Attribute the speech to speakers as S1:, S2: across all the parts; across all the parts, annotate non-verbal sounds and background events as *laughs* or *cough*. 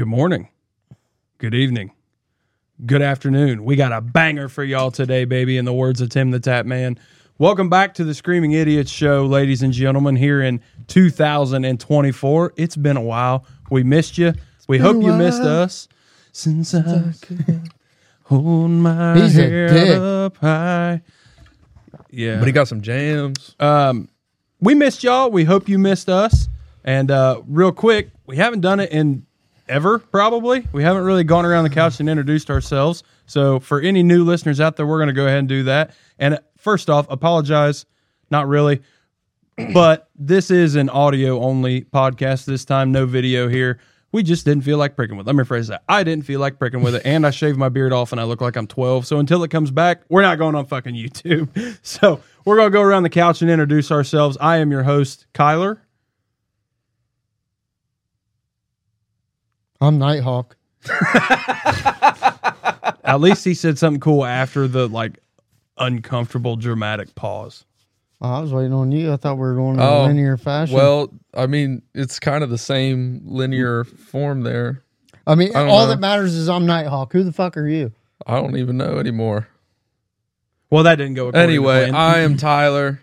S1: morning. Good evening. Good afternoon. We got a banger for y'all today, baby, in the words of Tim the Tap Man. Welcome back to the Screaming Idiots Show, ladies and gentlemen, here in 2024. It's been a while. We missed you. we
S2: been
S1: hope
S2: a
S1: you missed
S2: while.
S1: us. Since I could hold my
S2: He's a dick.
S1: head up high. Yeah.
S3: But he got some jams.
S1: Um, we missed y'all. We hope you missed us. And uh, real quick, we haven't done it in ever, probably. We haven't really gone around the couch and introduced ourselves. So, for any new listeners out there, we're going to go ahead and do that. And uh, first off, apologize. Not really. But this is an audio only podcast this time, no video here. We just didn't feel like pricking with it. Let me rephrase that. I didn't feel like pricking with it, and I shaved my beard off and I look like I'm 12. So until it comes back, we're not going on fucking YouTube. *laughs* So we're going to go around the couch and introduce ourselves. I am your host, Kyler.
S2: I'm Nighthawk.
S1: At least he said something cool after the like uncomfortable dramatic pause.
S2: Oh, I was waiting on you. I thought we were going in
S3: Oh,
S2: a linear fashion.
S3: Well, I mean, it's kind of the same linear form there.
S2: I mean,
S3: I don't
S2: all
S3: know.
S2: that matters is I'm Nighthawk. Who the fuck are you?
S3: I don't even know anymore.
S1: Well, that didn't go according to
S3: Anyway,
S1: plan.
S3: I am Tyler,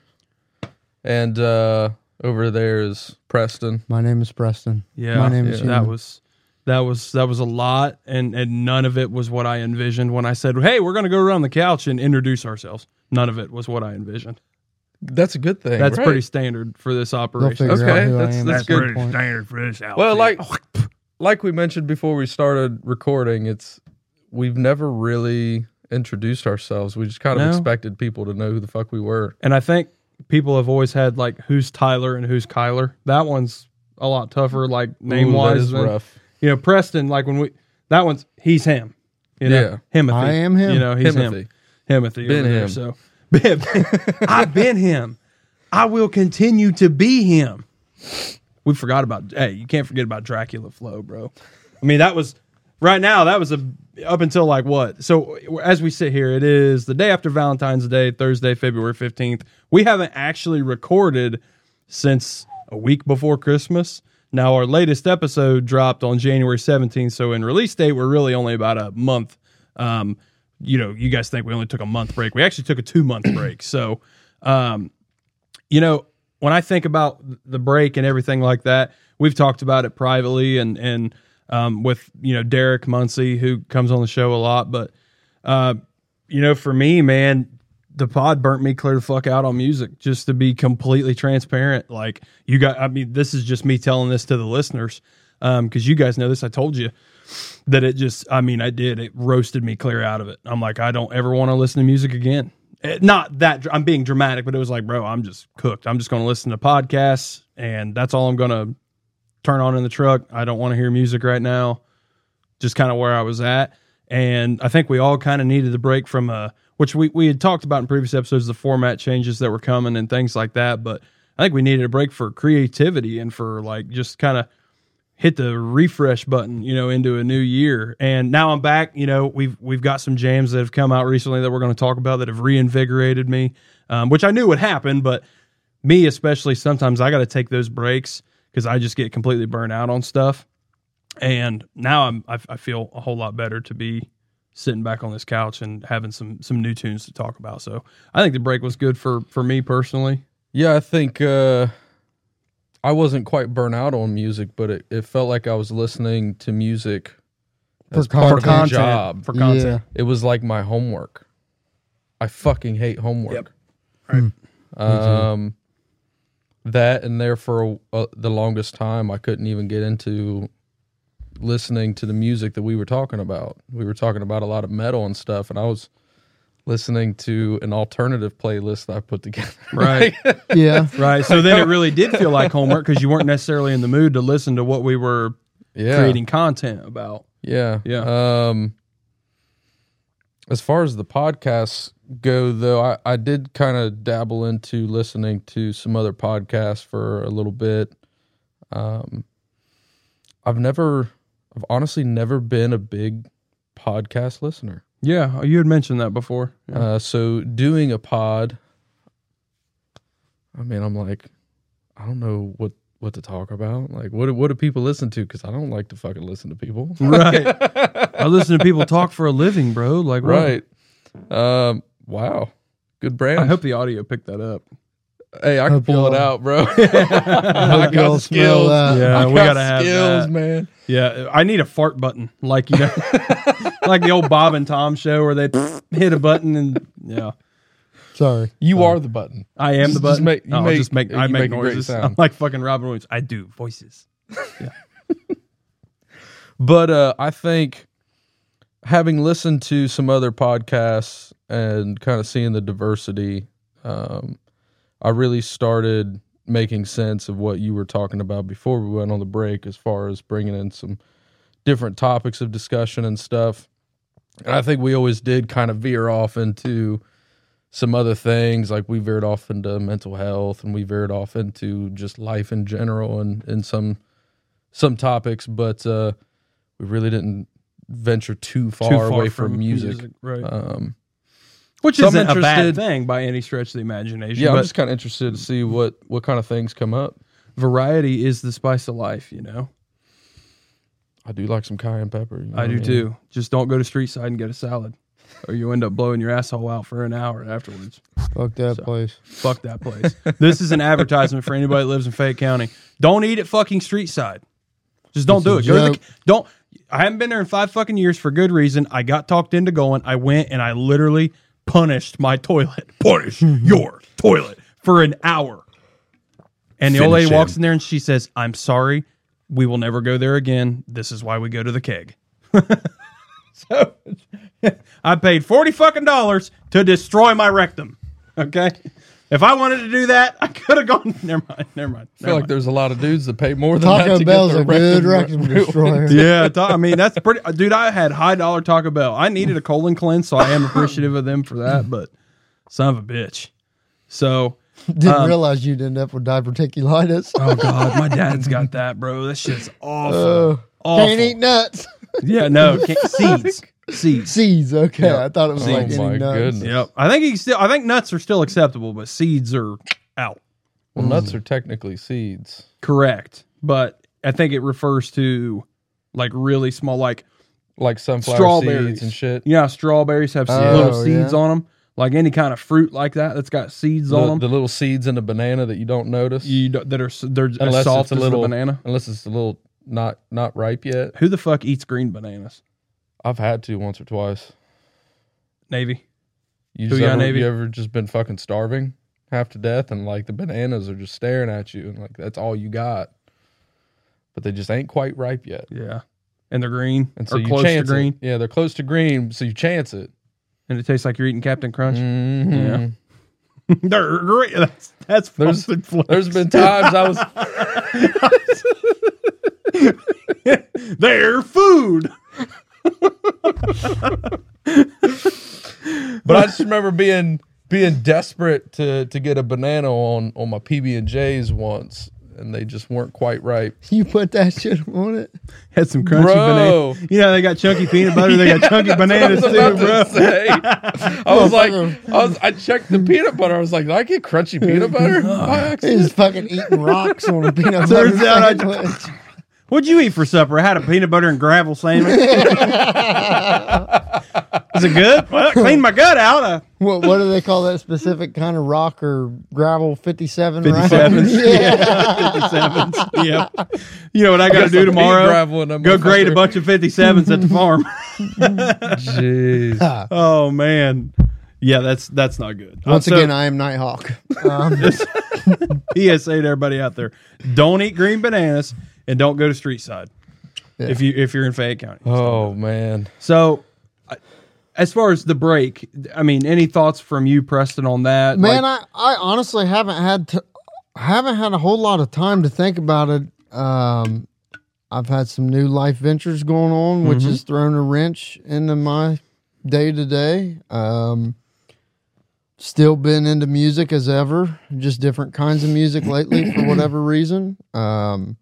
S3: and uh, over there is Preston.
S2: My name is Preston.
S1: Yeah,
S2: My name is
S1: that
S2: Human.
S1: was that was that was a lot, and and none of it was what I envisioned when I said, "Hey, we're gonna go around the couch and introduce ourselves." None of it was what I envisioned.
S3: That's a good thing.
S1: That's
S3: right?
S1: pretty standard for this
S2: They'll
S1: operation.
S2: figure
S3: Okay,
S2: out who
S3: that's-
S2: I am
S3: that's
S2: at some
S3: good.
S2: point.
S1: standard for this outfit.
S3: Well, like like we mentioned before we started recording, it's we've never really introduced ourselves. We just kind of
S1: No.
S3: expected people to know who the fuck we were.
S1: and I think people have always had like, "Who's Tyler and who's Kyler?" That one's a lot tougher, like name
S3: Ooh, that
S1: wise.
S3: is rough.
S1: You know, Preston, like when we that one's he's him. You know,
S3: Yeah.
S1: Himothy.
S2: I am him.
S1: You know, he's him.
S3: Timothy.
S1: Himothy
S3: Been
S1: over there.
S3: him.
S1: So *laughs* Been- I've been him. I will continue to be him. We forgot about hey, you can't forget about Dracula Flow, bro. I mean, that was right now. That was a up until like what? So as we sit here, it is the day after Valentine's Day, Thursday, February fifteenth. We haven't actually recorded since a week before Christmas. Now our latest episode dropped on January seventeenth, so in release date, we're really only about a month. Um, you know, you guys think we only took a month break? We actually took a two month break. So. Um, you know, when I think about the break and everything like that, we've talked about it privately and and um, with you know Derek Muncie who comes on the show a lot, but uh, you know, for me, man, the pod burnt me clear the fuck out on music. Just to be completely transparent, like you got, I mean, this is just me telling this to the listeners because you guys know this. I told you that it just i mean i did it roasted me clear out of it i'm like i don't ever want to listen to music again It- not that dr- i'm being dramatic but it was like bro i'm just cooked i'm just going to listen to podcasts and that's all i'm going to turn on in the truck i don't want to hear music right now just kind of where i was at and i think we all kind of needed the break from uh which we, we had talked about in previous episodes the format changes that were coming and things like that but i think we needed a break for creativity and for like just kind of hit the refresh button, you know, into a new year. And now I'm back. You know, we've we've got some jams that have come out recently that we're going to talk about that have reinvigorated me, um, which I knew would happen. But me, especially, sometimes I got to take those breaks because I just get completely burnt out on stuff. And now I'm I, I feel a whole lot better to be sitting back on this couch and having some some new tunes to talk about. So I think the break was good for for me personally.
S3: Yeah, I think uh, I wasn't quite burnt out on music, but it, it felt like I was listening to music
S2: For
S3: as part of my
S2: content.
S3: job.
S1: for content.
S3: It was like my homework. I fucking hate homework.
S1: Right.
S3: Um, that and there for a, uh, the longest time, I couldn't even get into listening to the music that we were talking about. We were talking about a lot of metal and stuff, and I was listening to an alternative playlist that I put together. *laughs*
S1: Right.
S2: *laughs* Yeah.
S1: Right. So then it really did feel like homework because you weren't necessarily in the mood to listen to what we were
S3: yeah.
S1: creating content about.
S3: Yeah.
S1: Yeah.
S3: Um as far as the podcasts go though, I, I did kind of dabble into listening to some other podcasts for a little bit. Um I've never I've honestly never been a big podcast listener.
S1: Yeah. You had mentioned that before.
S3: Uh so doing a pod I mean I'm like I don't know what what to talk about. Like, what do- what do people listen to? Because I don't like to fucking listen to people.
S1: Right. I listen to people talk for a living, bro. Like, what?
S3: right. Um. Wow. Good brand.
S1: I hope the audio picked that up.
S3: hey, I can
S2: hope
S3: pull it
S2: y'all-
S3: out, bro. *laughs*
S2: hope
S3: I got
S2: y'all smell
S3: skills.
S2: that.
S1: Yeah,
S3: Uh, I
S1: we
S3: got
S1: gotta have
S3: skills,
S1: that.
S3: man.
S1: Yeah, I need a fart button, like you
S3: *laughs*
S1: know, like the old Bob and Tom show where they hit a button and yeah,
S2: Sorry.
S3: You are the button.
S1: I am the
S3: Just
S1: button.
S3: make- you
S1: No, I'll
S3: make-
S1: just make I
S3: you
S1: make,
S3: make a great
S1: noises. *laughs*
S3: sound.
S1: I'm like fucking Robin Williams. I do voices.
S3: But uh, I think having listened to some other podcasts and kind of seeing the diversity, um, I really started making sense of what you were talking about before we went on the break, as far as bringing in some different topics of discussion and stuff. And I think we always did kind of veer off into some other things, like we veered off into mental health and we veered off into just life in general and in some some topics, but uh, we really didn't venture too far, away from, music.
S1: right?
S3: Um,
S1: Which
S3: so I'm
S1: isn't a bad
S3: interested-
S1: thing by any stretch of the imagination.
S3: yeah,
S1: but
S3: I'm just kind of interested to see what what kind of things come up.
S1: variety is the spice of life. You know,
S3: I do like some cayenne pepper. you know
S1: I
S3: what
S1: do
S3: mean?
S1: too. Just don't go to street side and get a salad, or you end up blowing your asshole out for an hour afterwards.
S2: Fuck that place.
S1: Fuck that place. this is an advertisement for anybody that lives in Fayette County. Don't eat at fucking street side. Just don't do it.
S2: It's a
S1: Go to the,
S2: joke.
S1: don't. I haven't been there in five fucking years for good reason. I got talked into going. I went and I literally punished my toilet. *laughs* Punish your toilet for an hour. And the old
S4: Finish
S1: lady walks
S4: him.
S1: in there and she says, "I'm sorry, we will never go there again. This is why we go to the keg." so I paid forty fucking dollars to destroy my rectum. Okay, if I wanted to do that, I could have gone. *laughs* Never mind. Never mind.
S3: I feel like there's a lot of dudes that pay more than that
S2: Taco
S3: to
S2: Bell's a
S3: get their
S2: good
S3: rectum
S2: *laughs* record
S3: *laughs* re-
S2: destroyer.
S1: yeah, ta- I mean that's pretty. Dude, I had high dollar Taco Bell. I needed a colon cleanse, so I am appreciative of them for that. But son of a bitch. So,
S2: Didn't realize you'd end up with diverticulitis.
S1: oh god, my dad's got that, bro. That shit's awful.
S2: Uh,
S1: awful.
S2: can't eat nuts.
S1: Yeah, no can't, seeds. Seeds.
S2: Seeds. Okay.
S1: Yeah.
S2: I thought it was
S3: Oh
S2: like
S3: my
S2: any nuts.
S3: goodness.
S1: Yep. I think he still. I think nuts are still acceptable, but seeds are out.
S3: Well, nuts are technically seeds.
S1: Correct, but I think it refers to like really small, like
S3: Like sunflower
S1: Strawberries.
S3: seeds and shit.
S1: you know, how strawberries have
S2: Oh,
S1: little seeds
S2: yeah.
S1: on them, like any kind of fruit like that that's got seeds on
S3: The,
S1: 'em.
S3: the little seeds in a banana that you don't notice.
S1: you don't- that are s- they're as
S3: unless
S1: soft
S3: it's a
S1: as
S3: little
S1: a banana.
S3: Unless it's a little not not ripe yet.
S1: Who the fuck eats green bananas?
S3: I've had to once or twice.
S1: Navy.
S3: You
S1: Who
S3: just
S1: ya,
S3: ever,
S1: Navy?
S3: you ever just been fucking starving half to death and like the bananas are just staring at you and like that's all you got. But they just ain't quite ripe yet.
S1: Yeah, and they're green
S3: And so
S1: or
S3: you
S1: close to
S3: chance
S1: green,
S3: it. Yeah, they're close to green, so you chance it.
S1: and it tastes like you're eating Captain Crunch.
S3: Mhm.
S1: *laughs* they're green. That's that's
S3: There's-
S1: Frosted Flakes.
S3: There's been times I was
S1: they're food. *laughs*
S3: but I just remember being being desperate to to get a banana on on my PB and J's once and they just weren't
S1: *laughs*
S3: quite ripe.
S2: You put that shit on it.
S1: Had some crunchy
S3: Bro.
S1: bananas. You know they got chunky peanut butter. They got
S3: *laughs*
S1: chunky
S3: I
S1: bananas
S3: was
S1: too,
S3: about to
S1: bro.
S3: say. I was like, I was, I checked the peanut butter. I was like, did I get crunchy peanut butter? by accident?
S2: He's fucking eating rocks on a peanut butter
S1: Turns out I-
S2: sandwich. *laughs*
S1: What'd you eat for supper? I had a peanut butter and gravel *laughs* sandwich. Is it good? Well, it cleaned my gut out. Uh,
S2: What, what do they call that specific kind of rock or gravel? 57
S1: 57. *laughs*
S2: round? *laughs* Yeah.
S1: 57s. Yeah. You know what I got to do tomorrow? Go grade a bunch of 57s
S2: *laughs*
S1: at the farm. *laughs*
S3: Jeez.
S1: oh, man. Yeah, that's that's not good.
S2: Once
S1: Uh, so,
S2: again, I am
S1: *laughs*
S2: Nighthawk. Um,
S1: PSA to everybody out there: don't eat green bananas and don't go to street side if you if you're in Fayette County.
S3: Oh man.
S1: So, I- as far as the break, I mean, any thoughts from you, Preston, on that?
S2: Man,
S1: Like,
S2: I, I honestly haven't had to, I haven't had a whole lot of time to think about it. Um, I've had some new life ventures going on, which
S1: Mm-hmm.
S2: has thrown a wrench into my day to day. Um, still been into music as ever, just different kinds of music lately for whatever reason. Um,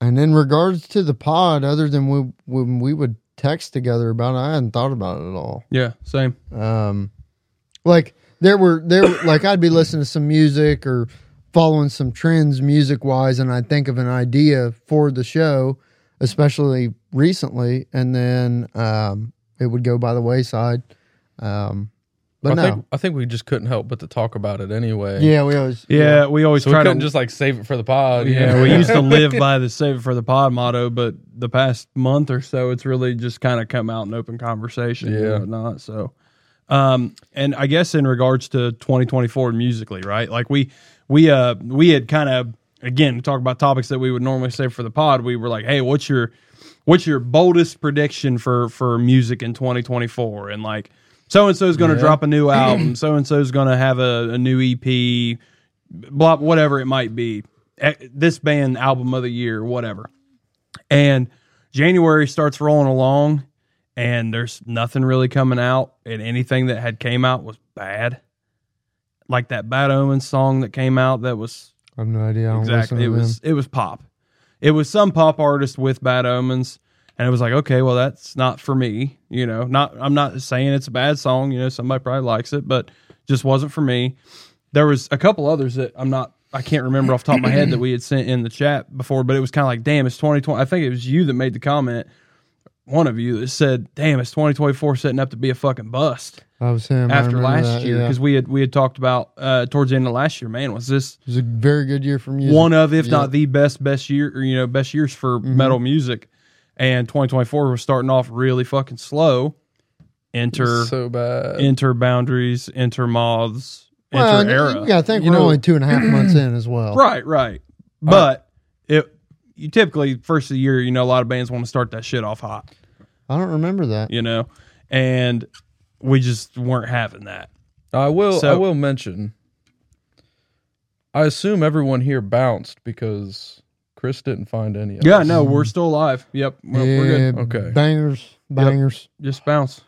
S2: and in regards to the pod, other than we, when we would text together about it, I hadn't thought about it at all
S1: yeah, same.
S2: um like there were there were, like i'd be listening to some music or following some trends music wise, and I think of an idea for the show, especially recently, and then um, it would go by the wayside. Um, but
S3: I
S2: no,
S3: think I think we just couldn't help but to talk about it anyway.
S2: yeah, we always
S1: Yeah, we always
S3: So we
S1: try to
S3: couldn't just like save it for the pod. you
S1: Yeah,
S3: know?
S1: we
S3: *laughs*
S1: used to live by the save it for the pod motto, but the past month or so, it's really just kind of come out in open conversation
S3: Yeah.
S1: and whatnot. So, um, and I guess in regards to 2024 musically, right? Like we, we, uh, we had kind of, again, talk about topics that we would normally save for the pod. We were like, Hey, what's your, what's your boldest prediction for, for music in 2024? And like, so and so is going to
S3: Yeah.
S1: drop a
S3: *clears throat*
S1: new album. So and so is going to have a, a new E EP blah whatever it might be Eh, this band album of the year whatever and january starts rolling along and there's nothing really coming out and anything that had came out was bad like that bad omen song that came out that was
S2: I have no idea. I don't
S1: exactly
S2: listen to
S1: it was
S2: them.
S1: it was pop it was some pop artist with bad omens and it was like okay well that's not for me you know not i'm not saying it's a bad song you know somebody probably likes it but just wasn't for me there was a couple others that i'm not i can't remember off the top of my head that we had sent in the chat before but it was kind of like damn it's 2020 i think it was you that made the comment one of you that said damn it's 2024 setting up to be a fucking bust
S2: I was him I
S1: after
S2: remember
S1: last
S2: that,
S1: year
S2: yeah.
S1: because we had we had talked about uh towards the end of last year man was this
S2: It was a very good year for music.
S1: one of, if
S2: Yeah. Mm-hmm.
S1: not the best, best year, or, you know, best years for metal music. And 2024 was starting off really fucking slow. Enter,
S3: so bad.
S1: enter boundaries, enter moths,
S2: uh, well,
S1: enter era.
S2: Yeah, I think
S1: You
S2: we're
S1: know-
S2: only Uh, two and a half months in as well.
S1: *clears throat* Right, right. But it, you typically first of the year, you know, a lot of bands want to start that shit off hot,
S2: I don't remember that.
S1: you know, and we just weren't having that.
S3: I will. I
S1: So-
S3: will mention. I assume everyone here bounced because Chris didn't find any. of
S1: Yeah,
S3: us.
S1: no, we're still alive. Yep, we're,
S2: yeah,
S1: we're good.
S3: Okay.
S2: Bangers,
S1: Yep.
S2: bangers.
S1: Just bounce.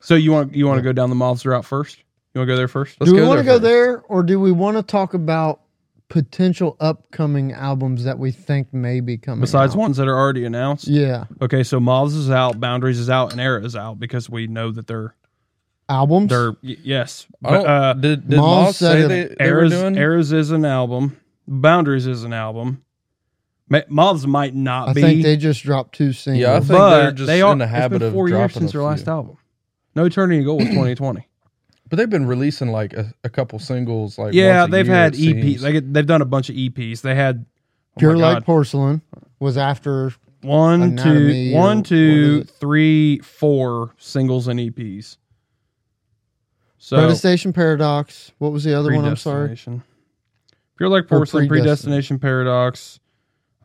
S1: So you want you want to go down the moths route first? You want to go there first?
S3: Let's
S2: do we want to go
S3: first.
S2: there, or do we want to talk about potential upcoming albums that we think may be coming?
S1: Besides
S2: out?
S1: ones that are already announced.
S2: yeah,
S1: Okay, so Moths is out, Boundaries is out, and Era is out because we know that they're
S2: albums.
S1: they're
S3: *laughs*
S1: y- yes.
S3: I don't,
S1: But, uh,
S3: did did
S2: Moss
S3: Moss
S2: said
S3: say
S2: it-
S3: they, they were
S1: Era's,
S3: doing?
S1: Era's is an album. Boundaries is an album. Ma- Moths might not
S2: I
S1: be.
S2: think they just dropped two singles.
S3: Yeah, I think
S1: but
S3: they're just
S1: they
S3: in
S1: are.
S3: the habit
S1: it's been
S3: of
S1: four years
S3: dropping
S1: since
S3: a
S1: their
S3: few.
S1: last album. No Eternity to Go
S3: *clears throat*
S1: was 2020.
S3: But they've been releasing like a, a couple singles. Like
S1: yeah,
S3: once a
S1: they've
S3: year,
S1: had
S3: it
S1: EPs.
S3: seems.
S1: They get, they've done a bunch of EPs. They had oh
S2: Pure
S1: my
S2: Like
S1: God.
S2: Porcelain was after.
S1: One,
S2: Anatomy
S1: two,
S2: or
S1: one,
S2: what
S1: two,
S2: is it?
S1: three, four singles and EPs. So
S2: Devastation Paradox. What was the other one? I'm sorry.
S1: Predestination. Pure like porcelain, predestination.
S2: Predestination.
S1: paradox.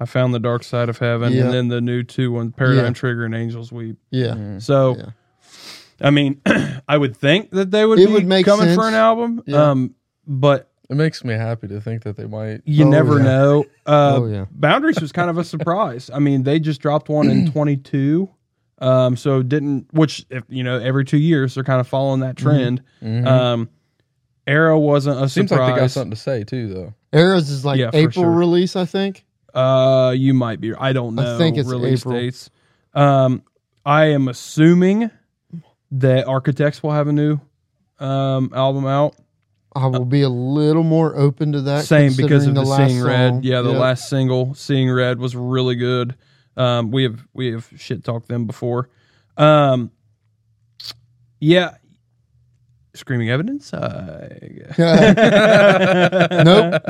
S1: I found the dark side of heaven,
S2: Yeah.
S1: and then the new two one paradigm
S2: Yeah. Mm,
S1: trigger and angels weep.
S2: Yeah,
S1: So,
S2: Yeah.
S1: I mean, *clears throat* I would think that they would
S2: It
S1: be
S2: would make
S1: coming
S2: sense.
S1: for an album.
S2: Yeah.
S1: Um, but
S3: It makes me happy to think that they might.
S1: you
S2: Oh,
S1: never
S2: yeah.
S1: know. Uh,
S2: *laughs* Oh, yeah.
S1: Boundaries was
S2: *laughs*
S1: kind of a surprise. I mean, they just dropped one
S2: *clears throat*
S1: in 22. Um, so didn't, which, if, you know, every two years they're kind of following that
S2: Mm-hmm.
S1: trend.
S3: Mhm.
S1: Um, Arrow wasn't a
S3: seems
S1: surprise.
S3: like they got something to say too, though.
S2: Eras is like
S1: Yeah, for
S2: April
S1: sure.
S2: release, I think.
S1: Uh, you might be. I don't
S2: I
S1: know.
S2: think it's April.
S1: dates. Um, I am assuming that Architects will have a new um album out.
S2: I will be a little more open to that.
S1: Same because
S2: considering
S1: of the,
S2: last
S1: Seeing Red.
S2: song.
S1: Yeah, the
S2: Yep.
S1: last single, Seeing Red, was really good. Um, we have we have shit talked them before. Um, yeah, Screaming Evidence. Uh, *laughs* I
S2: Nope.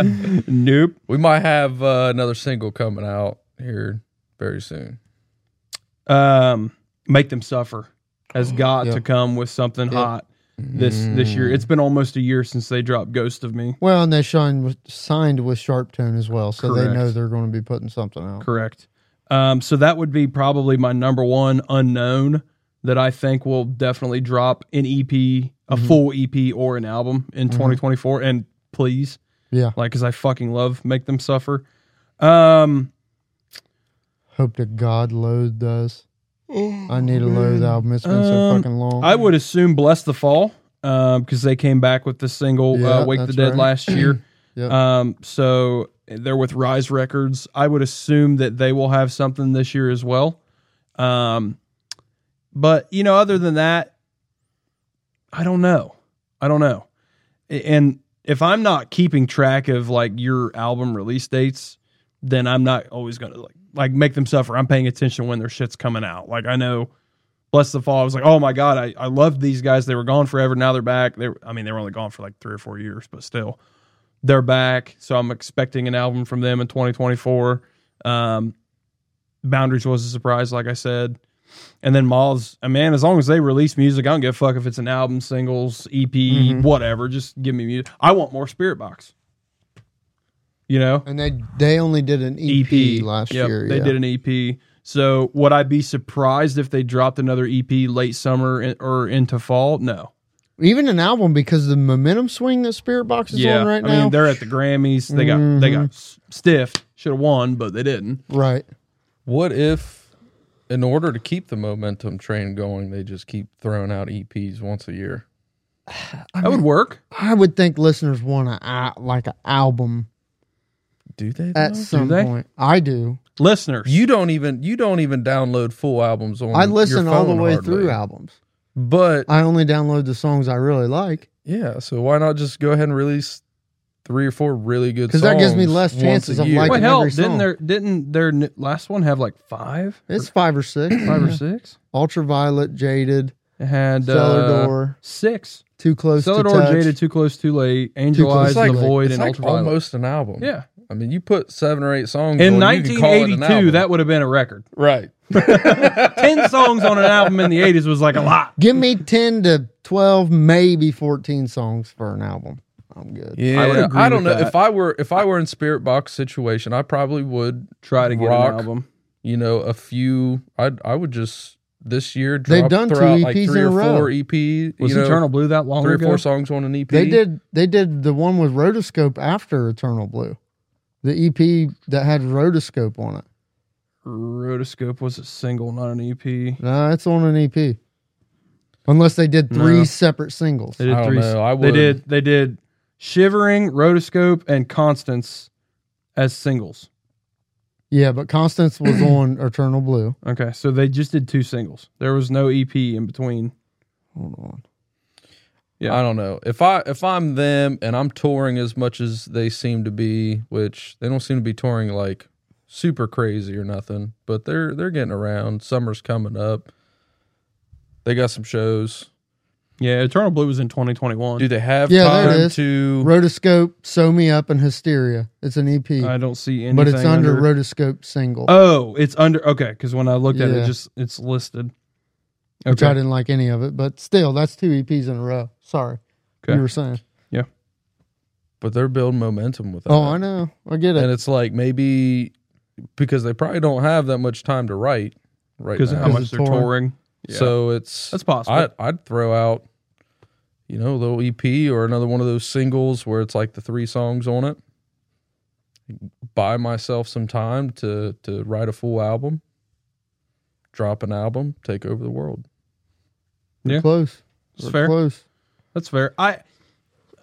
S1: Nope.
S3: We might have uh, another single coming out here very soon.
S1: um, make them suffer has got
S2: Mm, Yeah.
S1: to come with something
S2: Yeah. Mm.
S1: hot this this year. It's been almost a year since they dropped Ghost of Me.
S2: Well, and they signed with, signed with Sharp Tone as well, so
S1: Correct.
S2: they know they're going to be putting something out.
S1: Correct. Um, so that would be probably my number one unknown that I think will definitely drop an EP, a
S2: Mm-hmm.
S1: full EP or an album in 2024. And please,
S2: Yeah,
S1: like, because I fucking love Make Them Suffer. Um,
S2: hope to God Load does. I need a Load album. It's been so
S1: Um,
S2: fucking long.
S1: I would assume Bless the Fall because they came back with the single
S2: Yeah,
S1: uh, Wake the
S2: that's
S1: Dead
S2: right.
S1: last year.
S2: *clears throat* Yep.
S1: Um, so they're with Rise Records. I would assume that they will have something this year as well. Um, but you know, other than that, I don't know. I don't know. A- And if I'm not keeping track of like your album release dates, then I'm not always gonna like like make them suffer. I'm paying attention when their shit's coming out. Like I know Bless the Fall, I was like, oh my God, I, I loved these guys. They were gone forever. Now they're back. They were, I mean, they were only gone for like three or four years, but still. They're back. So I'm expecting an album from them in 2024. Um Boundaries was a surprise, like I said. And then Moths, uh, man, as long as they release music, I don't give a fuck if it's an album, singles, EP,
S2: Mhm.
S1: whatever. Just give me music. I want more Spirit Box. You know?
S2: And they they only did an EP, last
S1: E Yep,
S2: year.
S1: They
S2: yeah.
S1: did an EP. So would I be surprised if they dropped another EP late summer in- or into fall? No.
S2: even an album because the momentum swing that Spirit Box is on right
S1: I
S2: now.
S1: mean they're at the Grammys. They got they got s- stiffed. Should have won, but they didn't.
S2: right.
S3: What if, in order to keep the momentum train going, they just keep throwing out EPs once a year?
S1: that would work.
S2: I would think listeners want a al- like an album
S3: Do they? though?
S2: at some
S1: Mm-hmm. they?
S2: point. I do.
S1: Listeners,
S3: you don't even you don't even download full albums on.
S2: I listen
S3: your
S2: all the
S3: phone
S2: way
S3: hardly.
S2: through albums.
S3: But
S2: I only download the songs I really like
S3: yeah, so why not just go ahead and release three or four really good?
S2: because
S3: Because
S2: that gives me less chances of liking
S1: what
S2: every
S1: hell?
S2: song.
S1: Didn't their didn't their n- last one have like five?
S2: It's five or six.
S1: Or five or six.
S2: Ultraviolet, Jaded,
S1: It had
S2: Cellar
S1: uh,
S2: Door,
S1: six.
S2: Too Close
S1: Cellar
S2: to
S1: Door,
S2: Touch.
S1: Jaded, Too Close, Too Late, Angel
S2: Close.
S1: Eyes,
S2: It's
S3: like-
S1: The Void,
S3: It's
S1: and
S3: like
S1: Ultraviolet.
S3: almost an album.
S1: yeah.
S3: I mean, you put seven or eight songs
S1: In
S3: on, you could call it an
S1: 1982,
S3: album.
S1: that would have been a record.
S3: right.
S1: 10 songs on an album in the 80s was like a lot.
S2: Give me ten to twelve, maybe fourteen songs for an album. I'm good.
S3: Yeah,
S1: would agree
S3: don't
S1: with
S3: know
S1: that.
S3: if I were if I were in Spirit Box situation, I probably would
S1: Try to get
S3: Rock.
S1: an album.
S3: you know, a few. I I would just this year drop,
S2: They've done two
S3: throw out like
S2: EPs
S3: three
S2: in
S3: or
S2: a row.
S3: four EP.
S1: Was
S3: you know,
S1: Eternal Blue that long
S3: three or
S1: ago?
S3: four songs on an E EP.
S2: They did. They did the one with Rotoscope after Eternal Blue, the EP that had Rotoscope on it.
S1: Rotoscope was a single, not an EP. They
S2: No, it's on an EP. Unless they did three
S1: No.
S2: separate singles.
S1: did
S3: I don't
S1: three.
S3: know, I
S1: they
S3: would.
S1: did. They did Shivering, Rotoscope, and Constance as singles.
S2: Yeah, but Constance was on Eternal Blue.
S1: Okay, so they just did two singles. There was no EP in between.
S2: Hold on.
S1: Yeah.
S3: I don't know if I if I'm them and I'm touring as much as they seem to be, which they don't seem to be touring like super crazy or nothing, but they're they're getting around. Summer's coming up. They got some shows.
S1: Yeah, Eternal Blue was in 2021.
S3: Do they have
S2: Yeah, there it
S3: time
S2: is.
S3: to?
S2: Rotoscope, Sew Me Up, and Hysteria. It's an EP,
S1: I don't see Uh, anything.
S2: but it's under, Rotoscope single,
S1: Oh, it's under. Okay, because when I looked at it,
S2: Yeah.
S1: it, just it's listed.
S2: which I
S1: Okay,
S2: didn't like any of it. But still, that's two EPs in a row. Sorry.
S1: Okay.
S2: You were saying.
S3: But they're building momentum with that.
S2: Oh, I know. I get
S3: and
S2: it.
S3: it's like maybe because they probably don't have that much time to write right
S1: because
S3: now.
S1: of how
S2: Because
S1: much
S2: it's
S1: they're
S2: touring.
S1: touring. Yeah.
S3: So it's
S1: That's possible.
S3: I, I'd throw out, you know, a little EP or another one of those singles where it's like the three songs on it. Buy myself some time to to write a full album, drop an album, take over the world.
S1: yeah.
S2: Close.
S1: It's
S2: We're
S1: fair.
S2: Close.
S1: That's fair. I,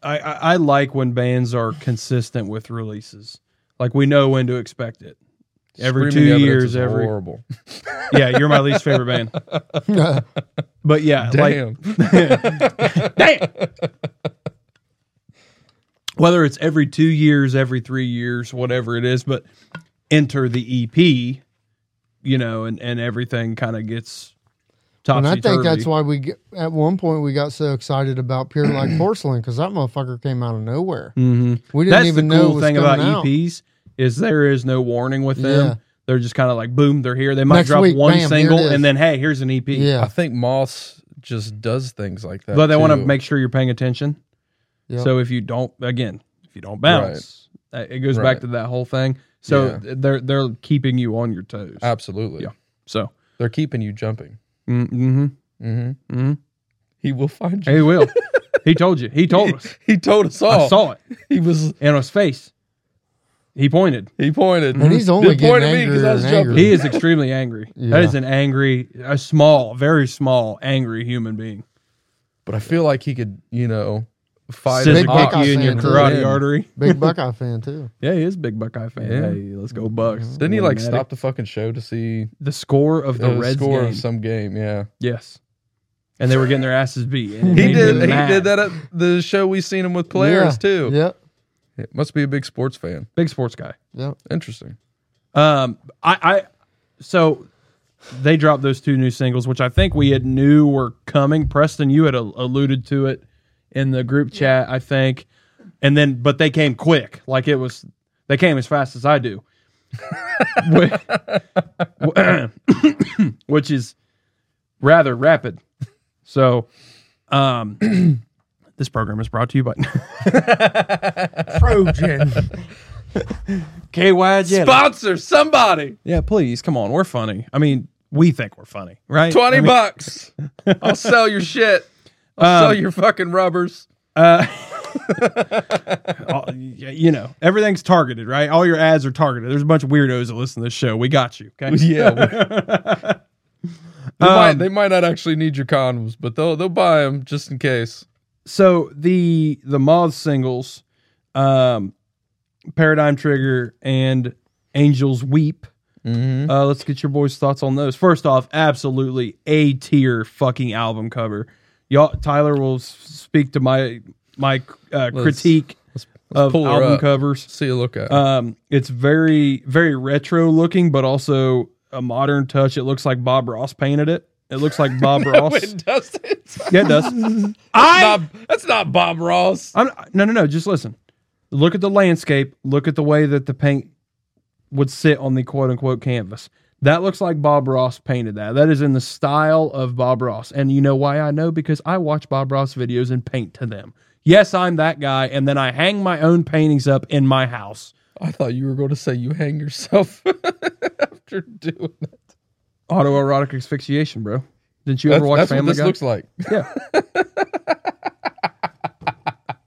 S1: I, I I like when bands are consistent with releases. Like we know when to expect it. Every
S3: Screaming
S1: two
S3: Evidence
S1: years,
S3: is
S1: every
S3: horrible.
S1: yeah, you're my least favorite band.
S3: *laughs*
S1: But yeah, *laughs* like
S3: Damn,
S1: damn. Whether it's every two years, every three years, whatever it is, but enter the EP, you know, and and everything kind of gets
S2: And
S1: topsy
S2: I think that's why we, get, at one point, we got so excited about
S3: *clears throat*
S2: Pure Like Porcelain because that motherfucker came out of nowhere.
S1: hmm
S2: We didn't
S1: That's
S2: even
S1: the
S2: know it
S1: cool
S2: was
S1: thing
S2: coming
S1: about
S3: E
S2: out.
S1: EPs is there is no warning with them.
S2: Yeah.
S1: They're just kind of like boom, they're here. They might
S2: Next
S1: drop
S2: week,
S1: one
S2: bam, here it
S1: single
S2: is.
S1: and then hey, here's an E EP.
S3: I
S2: Yeah.
S3: think Moss just does things like that.
S1: But they want to
S3: too.
S1: make sure you're paying attention.
S2: Yep.
S1: So if you don't, again, if you don't bounce, uh, it goes back
S3: Right.
S1: to that whole thing. So
S3: Yeah. Uh,
S1: th- they're they're keeping you on your toes.
S3: absolutely.
S1: Yeah. So
S3: They're keeping you jumping.
S1: mm-hmm.
S3: Mm-hmm.
S1: Mm-hmm.
S3: He will find you.
S1: he
S3: *laughs*
S1: will. he told you. He told us.
S3: He told us
S1: I
S3: all.
S1: saw it
S3: He was.
S1: in his face. He pointed.
S3: He pointed.
S2: And he's only
S3: Didn't point
S2: getting
S3: at me 'cause
S2: angrier
S3: I was
S2: and
S3: jumping.
S2: angrier.
S1: He is extremely angry.
S2: Yeah.
S1: That is an angry, a small, very small, angry human being.
S3: But I feel like he could, you know, fight
S1: Scissor
S2: Big
S3: an ox.
S1: kick you in your
S2: fan,
S1: karate
S3: too.
S1: artery.
S2: Big Buckeye fan too.
S1: Yeah, he is a big Buckeye fan.
S3: Yeah.
S1: Hey, let's go Bucks.
S3: Didn't he like
S1: Automatic.
S3: stop the fucking show to see
S1: the score of the
S3: uh,
S1: Reds
S3: score
S1: game?
S3: of some game? Yeah,
S1: yes, and they were getting their asses beat. And
S3: He
S1: made
S3: did.
S1: me
S3: He
S1: mad.
S3: did that at the show we seen him with *laughs* Players
S2: Yeah,
S3: too.
S2: Yep.
S3: It must be a big sports fan.
S1: Big sports guy.
S2: Yep.
S3: Interesting.
S1: Um, I, I, so they dropped those two new singles, which I think we had knew were coming. Preston, you had a, alluded to it in the group chat, I think, and then but they came quick, like it was they came as fast as I do, *laughs* Wh- which is rather rapid. So, um, *clears throat* this program is brought to you by *laughs*
S4: Trojan.
S1: KY
S3: Sponsor somebody.
S1: Yeah, please come on, we're funny. I mean, we think we're funny, right?
S3: Twenty
S1: I mean,
S3: bucks. I'll sell your shit. I'll sell your fucking rubbers.
S1: all, y- you know, everything's targeted, right? All your ads are targeted. There's a bunch of weirdos that listen to this show. We got you. Okay.
S3: *laughs* Yeah.
S1: *laughs*
S3: they, might,
S1: Um,
S3: they might not actually need your condoms, but they'll they'll buy them just in case.
S1: So the the moth singles, um, Paradigm Trigger and Angels Weep.
S3: Mm-hmm.
S1: Uh, let's get your boys' thoughts on those. First off, absolutely a tier fucking album cover. Y'all, Tyler will s- speak to my my uh, critique
S3: Let's, let's
S1: of
S3: pull her
S1: album
S3: up.
S1: covers.
S3: See a look at. it.
S1: Um, it's very, very retro looking, but also a modern touch. It looks like Bob Ross painted it. It looks like Bob Uh, Ross.
S3: It doesn't.
S1: Yeah, it does. *laughs* I
S3: Bob- that's not Bob Ross.
S1: I'm, no, no, no. Just listen. Look at the landscape. Look at the way that the paint would sit on the quote unquote canvas. That looks like Bob Ross painted that. That is in the style of Bob Ross. And you know why I know? Because I watch Bob Ross videos and paint to them. Yes, I'm that guy. And then I hang my own paintings up in my house.
S3: I thought you were going to say you hang yourself *laughs* after doing that.
S1: autoerotic asphyxiation, bro. Didn't you
S3: That's,
S1: ever watch
S3: that's what
S1: Family
S3: this
S1: Guy?
S3: looks like.
S1: yeah.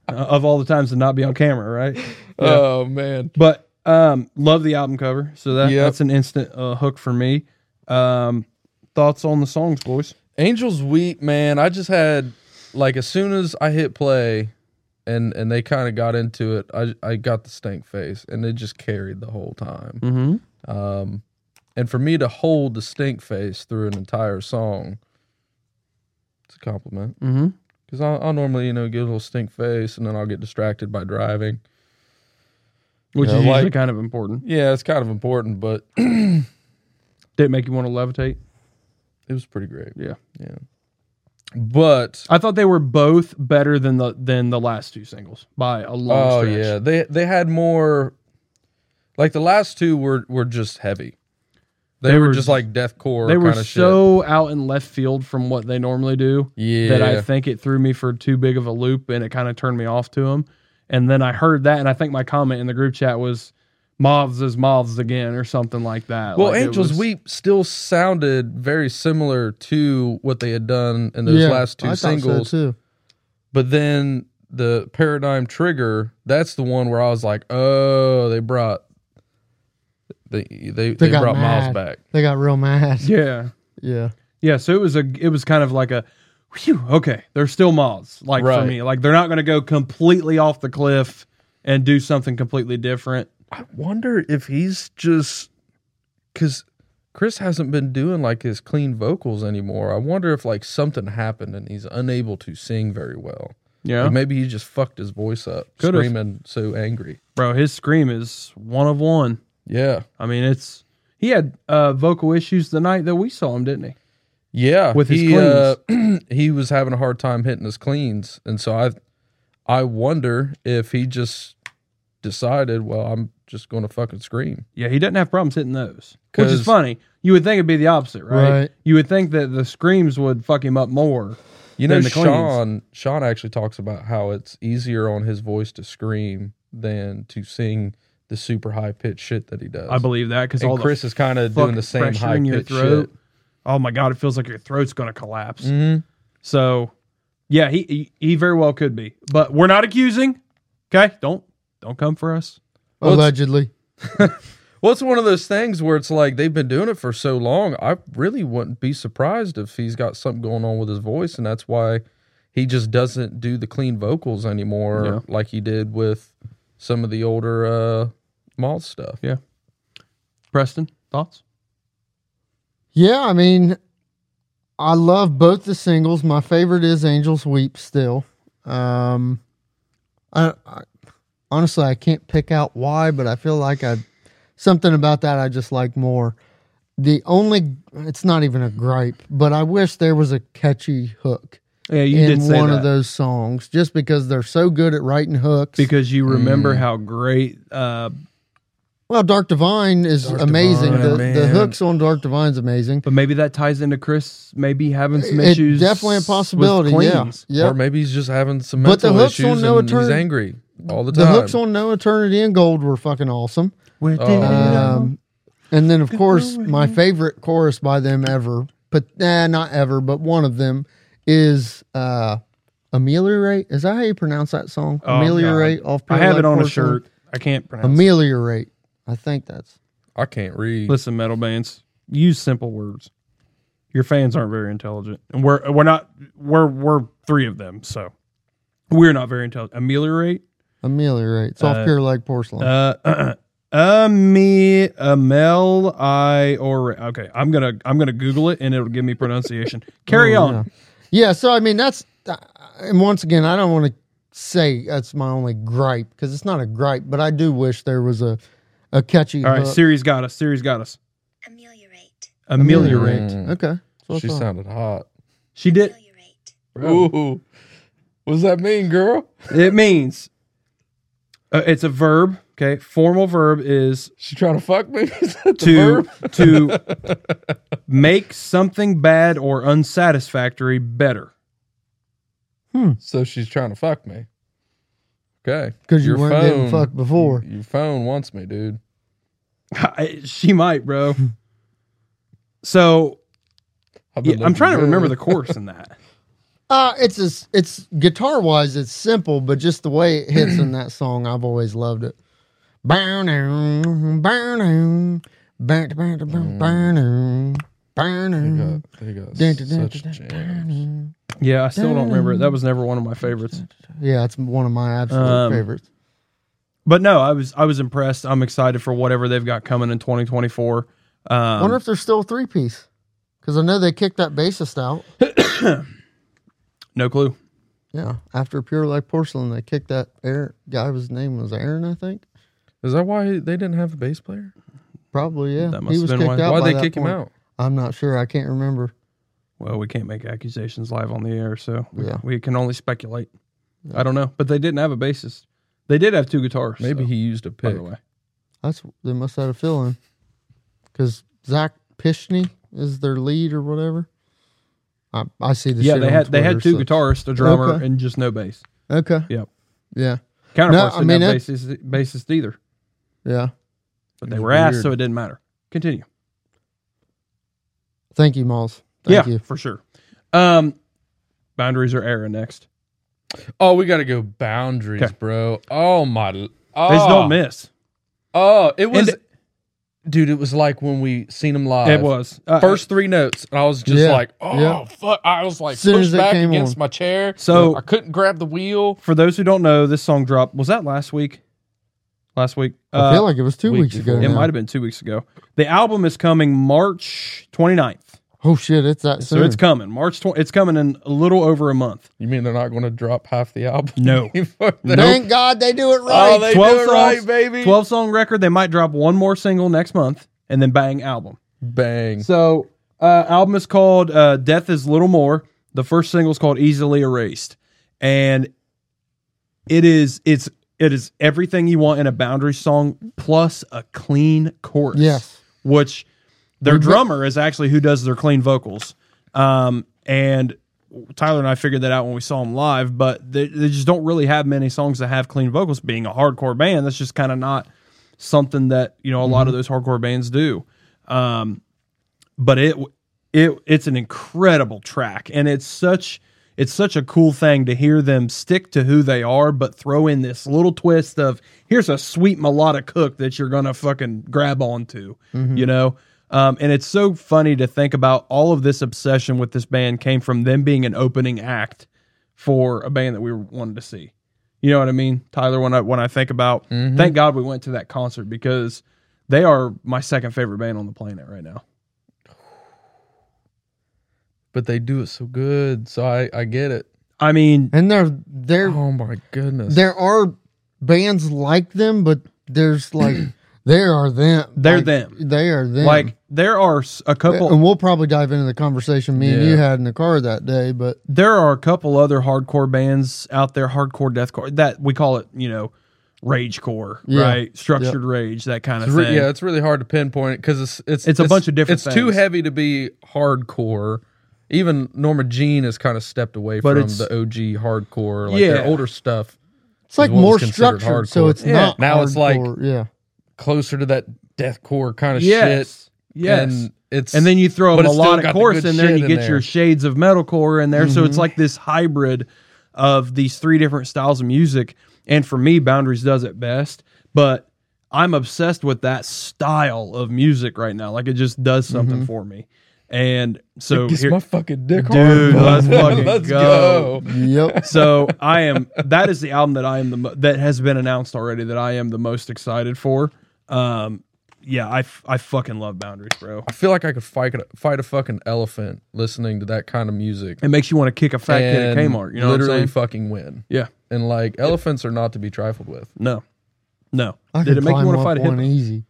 S1: Uh, of all the times to not be on camera, right?
S3: Oh man.
S1: But um, love the album cover, so that,
S3: Yep.
S1: that's an instant uh, hook for me. Um, thoughts on the songs, boys?
S3: Angels Weep, man. I just had like as soon as I hit play and and they kind of got into it, I I got the stink face and it just carried the whole time.
S1: Mm-hmm.
S3: Um and for me to hold the stink face through an entire song, it's a compliment.
S1: Mm-hmm.
S3: Because I'll, I'll normally, you know, get a little stink face and then I'll get distracted by driving.
S1: Which
S3: Yeah,
S1: is usually
S3: like-
S1: kind of important.
S3: Yeah, it's kind of important, but
S1: Did it make you want to levitate?
S3: it was pretty great.
S1: Yeah.
S3: Yeah. But
S1: I thought they were both better than the than the last two singles by a long
S3: oh
S1: stretch.
S3: yeah, they they had more. Like the last two were were just heavy. They,
S1: They
S3: were,
S1: were-
S3: just like deathcore.
S1: They were
S3: kind of
S1: so out in left field from what they normally do.
S3: shit. yeah.
S1: that I think it threw me for too big of a loop and it kind of turned me off to him. And then I heard that, and I think my comment in the group chat was "Moths is moths again" or something like that.
S3: well,
S1: Like, it
S3: Angels
S1: was-
S3: Weep still sounded very similar to what they had done in those
S2: Yeah,
S3: last two
S2: I thought so,
S3: singles.
S2: too.
S3: But then the paradigm trigger, that's the one where I was like, oh, they brought they they, they,
S2: got
S3: brought Miles
S2: mad.
S3: back.
S2: They got real mad. *laughs*
S1: yeah,
S2: Yeah.
S1: yeah. So it was a, it was kind of like a, whew, okay, they're still moths, like for
S3: Right.
S1: me, like they're not going to go completely off the cliff and do something completely different.
S3: I wonder if he's just because Chris hasn't been doing like his clean vocals anymore. I wonder if like something happened and he's unable to sing very well.
S1: Yeah,
S3: Like, maybe he just fucked his voice up,
S1: Could've.
S3: screaming so angry.
S1: bro, his scream is one of one.
S3: Yeah,
S1: I mean, it's he had uh, vocal issues the night that we saw him, didn't he?
S3: yeah.
S1: With his
S3: he, uh, *clears throat* he was having a hard time hitting his cleans, and so I, I wonder if he just decided, well, I'm just going to fucking scream.
S1: Yeah, he doesn't have problems hitting those, which is
S3: 'Cause-
S1: funny. You would think it'd be the opposite, right?
S2: Right.
S1: You would think that the screams would fuck him up more.
S3: You
S1: than
S3: know,
S1: the cleans.
S3: Sean Sean actually talks about how it's easier on his voice to scream than to sing the super high pitched shit that he does.
S1: I believe that because all
S3: And
S1: the
S3: Chris is kind of
S1: fucking
S3: doing the same
S1: pressure
S3: high
S1: in your
S3: pitched
S1: throat.
S3: shit.
S1: Oh my god, it feels like your throat's gonna collapse.
S3: hmm
S1: So, yeah, he, he he very well could be, but we're not accusing. Okay, don't don't come for us.
S3: Well, it's-
S2: Allegedly.
S3: Well, it's one of those things where it's like they've been doing it for so long. I really wouldn't be surprised if he's got something going on with his voice, and that's why he just doesn't do the clean vocals anymore
S1: Yeah.
S3: like he did with some of the older uh, mall stuff.
S1: Preston, thoughts?
S2: Yeah, I mean, I love both the singles. My favorite is Angels Weep still. Um, I, I honestly I can't pick out why, but I feel like I something about that I just like more. The only it's not even a gripe, but I wish there was a catchy hook
S1: Yeah, you
S2: in
S1: did say
S2: one
S1: that
S2: of those songs, just because they're so good at writing hooks.
S1: because you remember
S2: Mm.
S1: how great. Uh,
S2: well, Dark Divine is
S3: Dark
S2: amazing.
S3: Divine,
S2: the, the
S3: man.
S2: hooks on Dark Divine's amazing.
S1: but maybe that ties into Chris maybe having some
S2: It's
S1: issues.
S2: definitely a
S1: with
S2: possibility. Yeah,
S1: Queens.
S2: yeah.
S3: Or maybe he's just having some
S2: But the
S3: mental
S2: hooks on
S3: issues
S2: No
S3: and he's
S2: Eternity-
S3: angry all the
S2: The
S3: time.
S2: hooks on No Eternity and Gold were fucking awesome.
S1: Where
S3: Oh.
S1: did it all
S2: Um, and then, of course, my favorite chorus by them ever, but nah, not ever, but one of them is uh, Ameliorate. Is that how you pronounce that song?
S1: Oh,
S2: Ameliorate off
S1: I have
S2: Pale
S1: it on a
S2: Porcelain.
S1: shirt. I can't pronounce. it.
S2: Ameliorate. I think that's.
S3: I can't read.
S1: Listen, metal bands, use simple words. Your fans aren't very intelligent, and we're we're not we're we're three of them, so we're not very intelligent. Ameliorate,
S2: Ameliorate. It's off
S1: Uh,
S2: Pure Like Porcelain.
S1: uh, uh, *clears throat* ame, amel, I or okay. I'm gonna I'm gonna Google it, and it'll give me pronunciation. Carry
S2: *laughs* Oh,
S1: on.
S2: yeah. Yeah, so I mean that's uh, and once again I don't want to say that's my only gripe because it's not a gripe, but I do wish there was a a catchy.
S1: All right,
S2: hook.
S1: Siri's got us. Siri's got us.
S4: ameliorate,
S1: Ameliorate.
S3: Mm.
S2: okay. So I
S3: She
S2: thought-
S3: sounded hot.
S1: She did.
S4: ameliorate,
S3: Ooh. What does that mean, girl?
S1: It means uh, it's a verb. Okay, formal verb is
S3: She trying to fuck me? *laughs* Is that the
S1: to
S3: verb?
S1: to make something bad or unsatisfactory better. *laughs*
S3: So she's trying to fuck me. Okay.
S2: 'Cause you
S3: Your
S2: weren't getting fucked before.
S3: Your phone wants me, dude.
S1: she might, bro. So
S3: I've
S1: yeah,
S3: been
S1: I'm
S3: looking
S1: trying to
S3: good.
S1: remember the course in that.
S2: Uh, it's as it's guitar wise, it's simple, but just the way it hits in that song, I've always loved it. Burn, burn, burn, burn,
S3: Mm.
S2: burn, burn,
S3: They
S2: burn,
S3: got, they got
S2: Dun, dun, dun,
S3: such
S2: dun, dun,
S3: jams.
S1: *laughs* Yeah, I still don't remember it. That was never one of my favorites.
S2: Yeah, it's one of my absolute
S1: Um,
S2: favorites.
S1: But no, I was I was impressed. I'm excited for whatever they've got coming in 2024.
S2: I wonder
S1: Um,
S2: if there's still a three piece because I know they kicked that bassist out.
S1: no clue.
S2: Yeah, after Pure Like Porcelain, they kicked that Aaron guy. His name was Aaron, I think.
S3: Is that why they didn't have a bass player?
S2: Probably, yeah.
S1: That must
S2: he
S1: have
S2: was
S1: been
S2: kicked
S1: why-
S2: out.
S3: Why'd
S2: by
S3: they
S2: that
S3: kick him
S2: point.
S3: out?
S2: I'm not sure. I can't remember.
S1: Well, we can't make accusations live on the air, so we,
S2: Yeah.
S1: we can only speculate. I don't know, but they didn't have a bassist. They did have two guitars.
S3: Maybe
S1: so,
S3: he used a
S1: by
S3: pick.
S1: the way.
S2: That's they must have had a feeling because Zach Pishney is their lead or whatever. I, I see the
S1: yeah,
S2: shit
S1: they
S2: on
S1: had they had
S2: Twitter,
S1: two
S2: so-
S1: guitarists, a drummer,
S2: Okay.
S1: and just no bass.
S2: Okay.
S1: Yep.
S2: Yeah.
S1: Counterparts
S2: I mean,
S1: didn't have
S2: it-
S1: bassist, bassist either,
S2: Yeah.
S1: but
S3: It
S1: they
S3: was
S1: were asked,
S3: weird.
S1: so it didn't matter. Continue.
S2: Thank you, Miles. Thank
S1: yeah,
S2: you.
S1: for sure. Um, boundaries are era next.
S3: Oh, we got to go boundaries,
S1: 'Kay.
S3: bro. Oh my! Oh,
S1: They just don't miss.
S3: Oh, it was,
S1: And-
S3: dude. It was like when we seen him live.
S1: It was Uh,
S3: first three notes, and I was just
S2: Yeah,
S3: like, oh
S2: yeah.
S3: fuck! I was like
S2: Soon as
S3: pushed
S2: it
S3: back
S2: came
S3: against
S2: on.
S3: my chair,
S1: So-
S3: I couldn't grab the wheel.
S1: For those who don't know, this song dropped. Was that last week? Last week.
S2: I
S1: Uh,
S2: feel like it was two
S3: week
S2: weeks ago.
S3: before.
S1: it
S2: now.
S1: might have been two weeks ago. The album is coming March 29th.
S2: Oh shit! It's that
S1: So
S2: soon.
S1: it's coming March 20. It's coming in a little over a month.
S3: You mean they're not going to drop half the album?
S1: *laughs* No.
S3: before *laughs* they-
S2: Thank God they do it right.
S3: Oh, they
S1: 12
S3: do it right,
S1: songs,
S3: baby.
S1: 12 song record. They might drop one more single next month and then bang album.
S3: Bang.
S1: So, uh, album is called uh, "Death Is Little More." The first single is called "Easily Erased," and it is it's it is everything you want in a boundary song plus a clean chorus.
S2: Yes.
S1: which their
S2: We've been-
S1: drummer is actually who does their clean vocals. Um, and Tyler and I figured that out when we saw them live, but they, they just don't really have many songs that have clean vocals. Being a hardcore band, that's just kind of not something that you know a lot of those hardcore bands do. Um, but it it it's an incredible track, and it's such it's such a cool thing to hear them stick to who they are, but throw in this little twist of here's a sweet melodic hook that you're gonna fucking grab onto, you know. Um, and it's so funny to think about all of this obsession with this band came from them being an opening act for a band that we wanted to see. You know what I mean, Tyler? When I when I think about, thank God we went to that concert because they are my second favorite band on the planet right now.
S3: but they do it so good. So I, I get it.
S1: I mean,
S2: And there there
S3: Oh my goodness.
S2: there are bands like them, but there's like
S1: *clears throat*
S2: they are them.
S1: They're
S2: Like,
S1: them.
S2: They are them.
S1: like there are s- a couple.
S3: Uh,
S2: and we'll probably dive into the conversation me and
S3: Yeah.
S2: you had in the car that day, but
S1: there are a couple other hardcore bands out there, hardcore deathcore that we call it, you know, ragecore,
S2: Yeah.
S1: right? Structured rage, that kind of
S3: It's re-
S1: thing.
S3: yeah, it's really hard to pinpoint because it's, it's
S1: It's a bunch of different
S3: It's too
S1: things.
S3: heavy to be hardcore. Even Norma Jean has kind of stepped away
S1: But
S3: from
S1: it's-
S3: the OG hardcore, like
S1: Yeah.
S3: their older stuff,
S2: it's like
S3: what was
S2: more
S3: considered
S2: structured, so
S3: hardcore.
S2: it's
S1: Yeah.
S2: not
S3: Now it's like-
S2: hardcore, yeah.
S3: closer to that deathcore kind of shit.
S1: Yes, yes.
S3: and
S1: And,
S3: it's
S1: then you throw a
S3: but it's still
S1: melodic
S3: got the
S1: chorus
S3: good
S1: in there, and you
S3: shit in
S1: get
S3: there. Mm-hmm.
S1: your shades of metalcore in there. So it's like this hybrid of these three different styles of music. And for me, Boundaries does it best. But I'm obsessed with that style of music right now. Like it just does something for me. And so
S3: Mm-hmm. gets
S1: here-
S3: my fucking dick
S1: Dude,
S3: hard.
S1: let's
S3: *laughs*
S1: fucking go.
S2: Yep.
S1: So I am. That is the album that I am the mo- that has been announced already that I am the most excited for. Um, yeah, I, f- I fucking love Boundaries, bro.
S3: I feel like I could fight a- fight a fucking elephant listening to that kind of music.
S1: It makes you want to kick a fat kid at
S3: and
S1: Kmart. You know what I'm
S3: literally
S1: saying?
S3: fucking win.
S1: Yeah.
S3: And like elephants are not to be trifled with.
S1: No. No.
S2: I
S1: Did
S2: can
S1: it make you
S2: climb
S1: want to
S2: up
S1: fight a
S2: one
S1: hippo?
S3: *laughs*
S2: easy.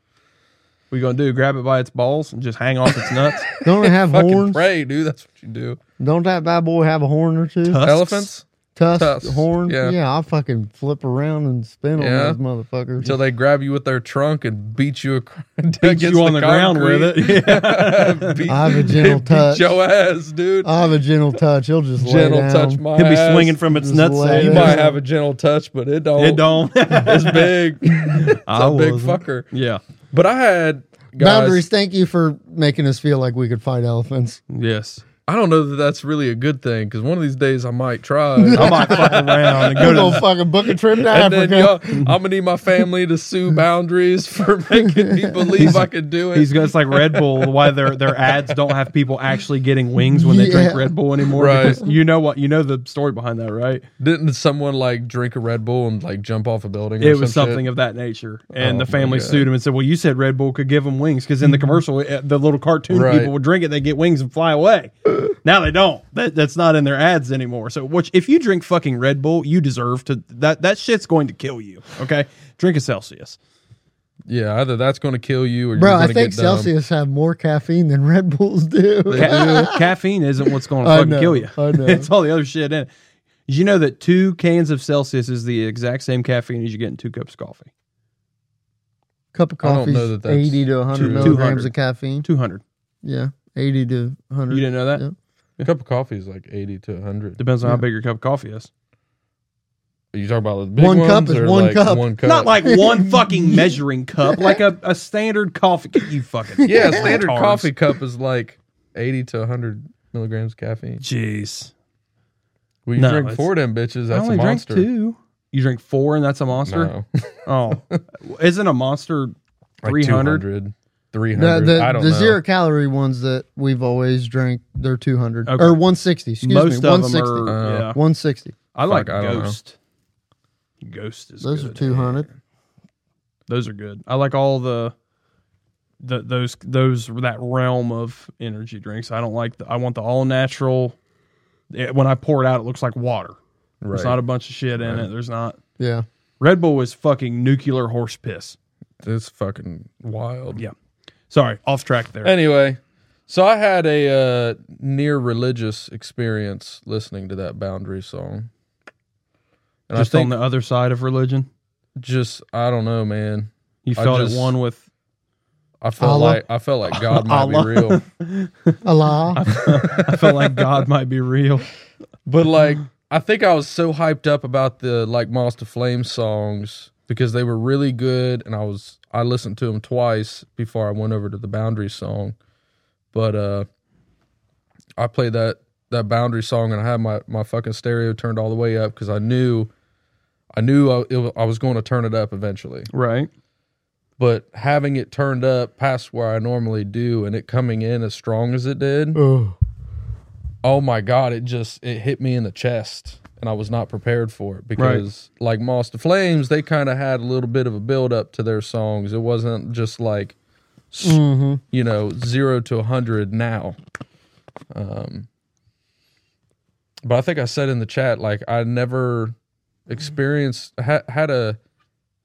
S1: What you gonna do? Grab it by its balls and just hang off its nuts?
S2: Don't it have
S3: Fucking
S2: horns?
S3: pray, dude. That's what you do.
S2: Don't that bad boy have a horn or two?
S1: Tusks?
S3: Elephants
S2: Tusk,
S3: Tusks,
S2: horn.
S3: yeah.
S2: Yeah. I'll fucking flip around and spin
S3: Yeah.
S2: on those motherfuckers.
S3: until they grab you with their trunk and beat you ac-
S1: *laughs* Beat
S3: against
S1: you on the, ground with
S3: concrete. *laughs*
S1: it. Yeah.
S3: beat,
S2: I have a gentle touch.
S3: Joe ass, dude.
S2: I have a gentle touch. He'll just
S3: gentle
S2: lay down.
S3: touch, my
S1: He'll be
S3: ass.
S1: swinging from its
S2: Just
S1: nuts.
S2: lay
S3: You
S2: Yeah.
S3: might have a gentle touch, but it *laughs* don't.
S1: It don't. *laughs*
S3: It's
S2: *laughs*
S3: big. it's
S1: I
S3: a big
S1: wasn't.
S3: fucker.
S1: yeah.
S3: But I had guys,
S2: Boundaries, thank you for making us feel like we could fight elephants.
S1: Yes.
S3: I don't know that that's really a good thing because one of these days I
S1: *laughs*
S3: might try.
S1: I might fuck around and
S2: *laughs* We're
S1: go
S2: going
S1: to.
S2: to fucking book a trip to
S3: And then y'all,
S2: Africa.
S3: I'm gonna need my family to sue boundaries *laughs* for making
S1: *laughs*
S3: me believe I could do it.
S1: He's it's like Red Bull. Why their their ads don't have people actually getting wings when they drink
S2: Yeah.
S1: Red Bull anymore?
S3: Right.
S1: Because you know what? You know the story behind that, right?
S3: Didn't someone like drink a Red Bull and like jump off a building? Or
S1: it was
S3: some shit?
S1: something of that nature. And
S3: Oh,
S1: the family
S3: my God.
S1: sued him and said, "Well, you said Red Bull could give them wings because in the commercial, uh, the little cartoon
S3: Right.
S1: people would drink it, they get wings and fly
S3: *laughs*
S1: away. now they don't. That, that's not in their ads anymore. So, which if you drink fucking Red Bull, you deserve to that. That shit's going to kill you. Okay, drink a Celsius.
S3: Yeah, either that's going to kill you or
S2: Bro,
S3: you're
S2: I
S3: going to get
S2: think
S3: dumb.
S2: Celsius have more caffeine than Red Bulls do.
S1: Ca- *laughs* caffeine isn't what's going to
S2: I
S1: fucking
S2: know,
S1: kill you. *laughs*
S2: I know.
S1: it's all the other shit in it. Did you know that two cans of Celsius is the exact same caffeine as you get in two cups of coffee?
S2: *laughs* Cup of
S3: I don't
S2: coffee,
S3: know that that's
S2: 80 to 100
S3: true.
S2: milligrams
S1: 200.
S2: of caffeine.
S1: Two hundred.
S2: Yeah, 80 to
S1: You
S2: 100.
S1: didn't know that?
S2: Yeah.
S3: A cup of coffee is like eighty to hundred.
S1: Depends on how
S2: Yeah.
S1: big your cup of coffee is.
S3: Are you talking about the big
S2: One
S3: ones
S2: cup is
S3: or
S2: one
S3: like
S2: cup.
S3: One cup.
S1: Not
S2: *laughs*
S1: like one fucking measuring cup, like a, a standard coffee. You fucking *laughs*
S3: *laughs* yeah, a standard
S1: retards.
S3: coffee cup is like eighty to hundred milligrams caffeine.
S1: Jeez,
S3: Well, you
S1: No,
S3: drink
S1: it's-
S3: four of them bitches.
S1: I
S3: That's
S1: only
S3: a
S1: drink
S3: monster.
S1: two. You drink four, and that's a monster.
S3: No,
S1: Oh,
S3: *laughs*
S1: isn't a monster three
S3: like
S1: hundred?
S3: 200, 300.
S2: The, the,
S3: I don't
S2: the
S3: know.
S2: zero calorie ones that we've always drank, they're 200
S1: Okay.
S2: or 160. Excuse
S1: Most
S2: me,
S1: of
S2: 160.
S1: them are.
S3: Uh,
S1: yeah.
S2: 160.
S1: I like
S3: I don't know.
S1: Ghost. Ghost is
S2: Those
S1: good.
S2: are 200.
S1: Those are good. I like all the. The, those those that realm of energy drinks. I don't like. The, I want the all natural. It- when I pour it out, it looks like water.
S3: Right.
S1: There's not a bunch of shit in
S3: Right.
S1: it. There's not.
S2: Yeah.
S1: Red Bull is fucking nuclear horse piss.
S3: it's fucking wild.
S1: Yeah. Sorry, off track there.
S3: Anyway, so I had a uh, near religious experience listening to that boundary song. And
S1: Just
S3: I think
S1: on the other side of religion,
S3: just I don't know, man.
S1: you
S3: I
S1: felt
S3: just-
S1: at one with.
S3: I felt
S2: Allah?
S3: like I felt like *laughs* God might be
S1: Allah.
S3: real.
S1: *laughs*
S2: Allah.
S1: I felt like God might be
S3: *laughs*
S1: real.
S3: But like, I think I was so hyped up about the like Moss to Flame songs because they were really good, and I was I listened to them twice before I went over to the Boundary song. But uh, I played that that Boundary song, and I had my my fucking stereo turned all the way up because I knew. I knew I, it, wa- I was going to turn it up eventually,
S1: *laughs* Right.
S3: but having it turned up past where I normally do, and it coming in as strong as it did,
S2: Oh.
S3: oh my god it just it hit me in the chest and i was not prepared for it because like moss to flames they kind of had a little bit of a build up to their songs it wasn't just like
S2: Mm-hmm.
S3: s- you know zero to a 100 now um but I think I said in the chat like I never experienced ha- had a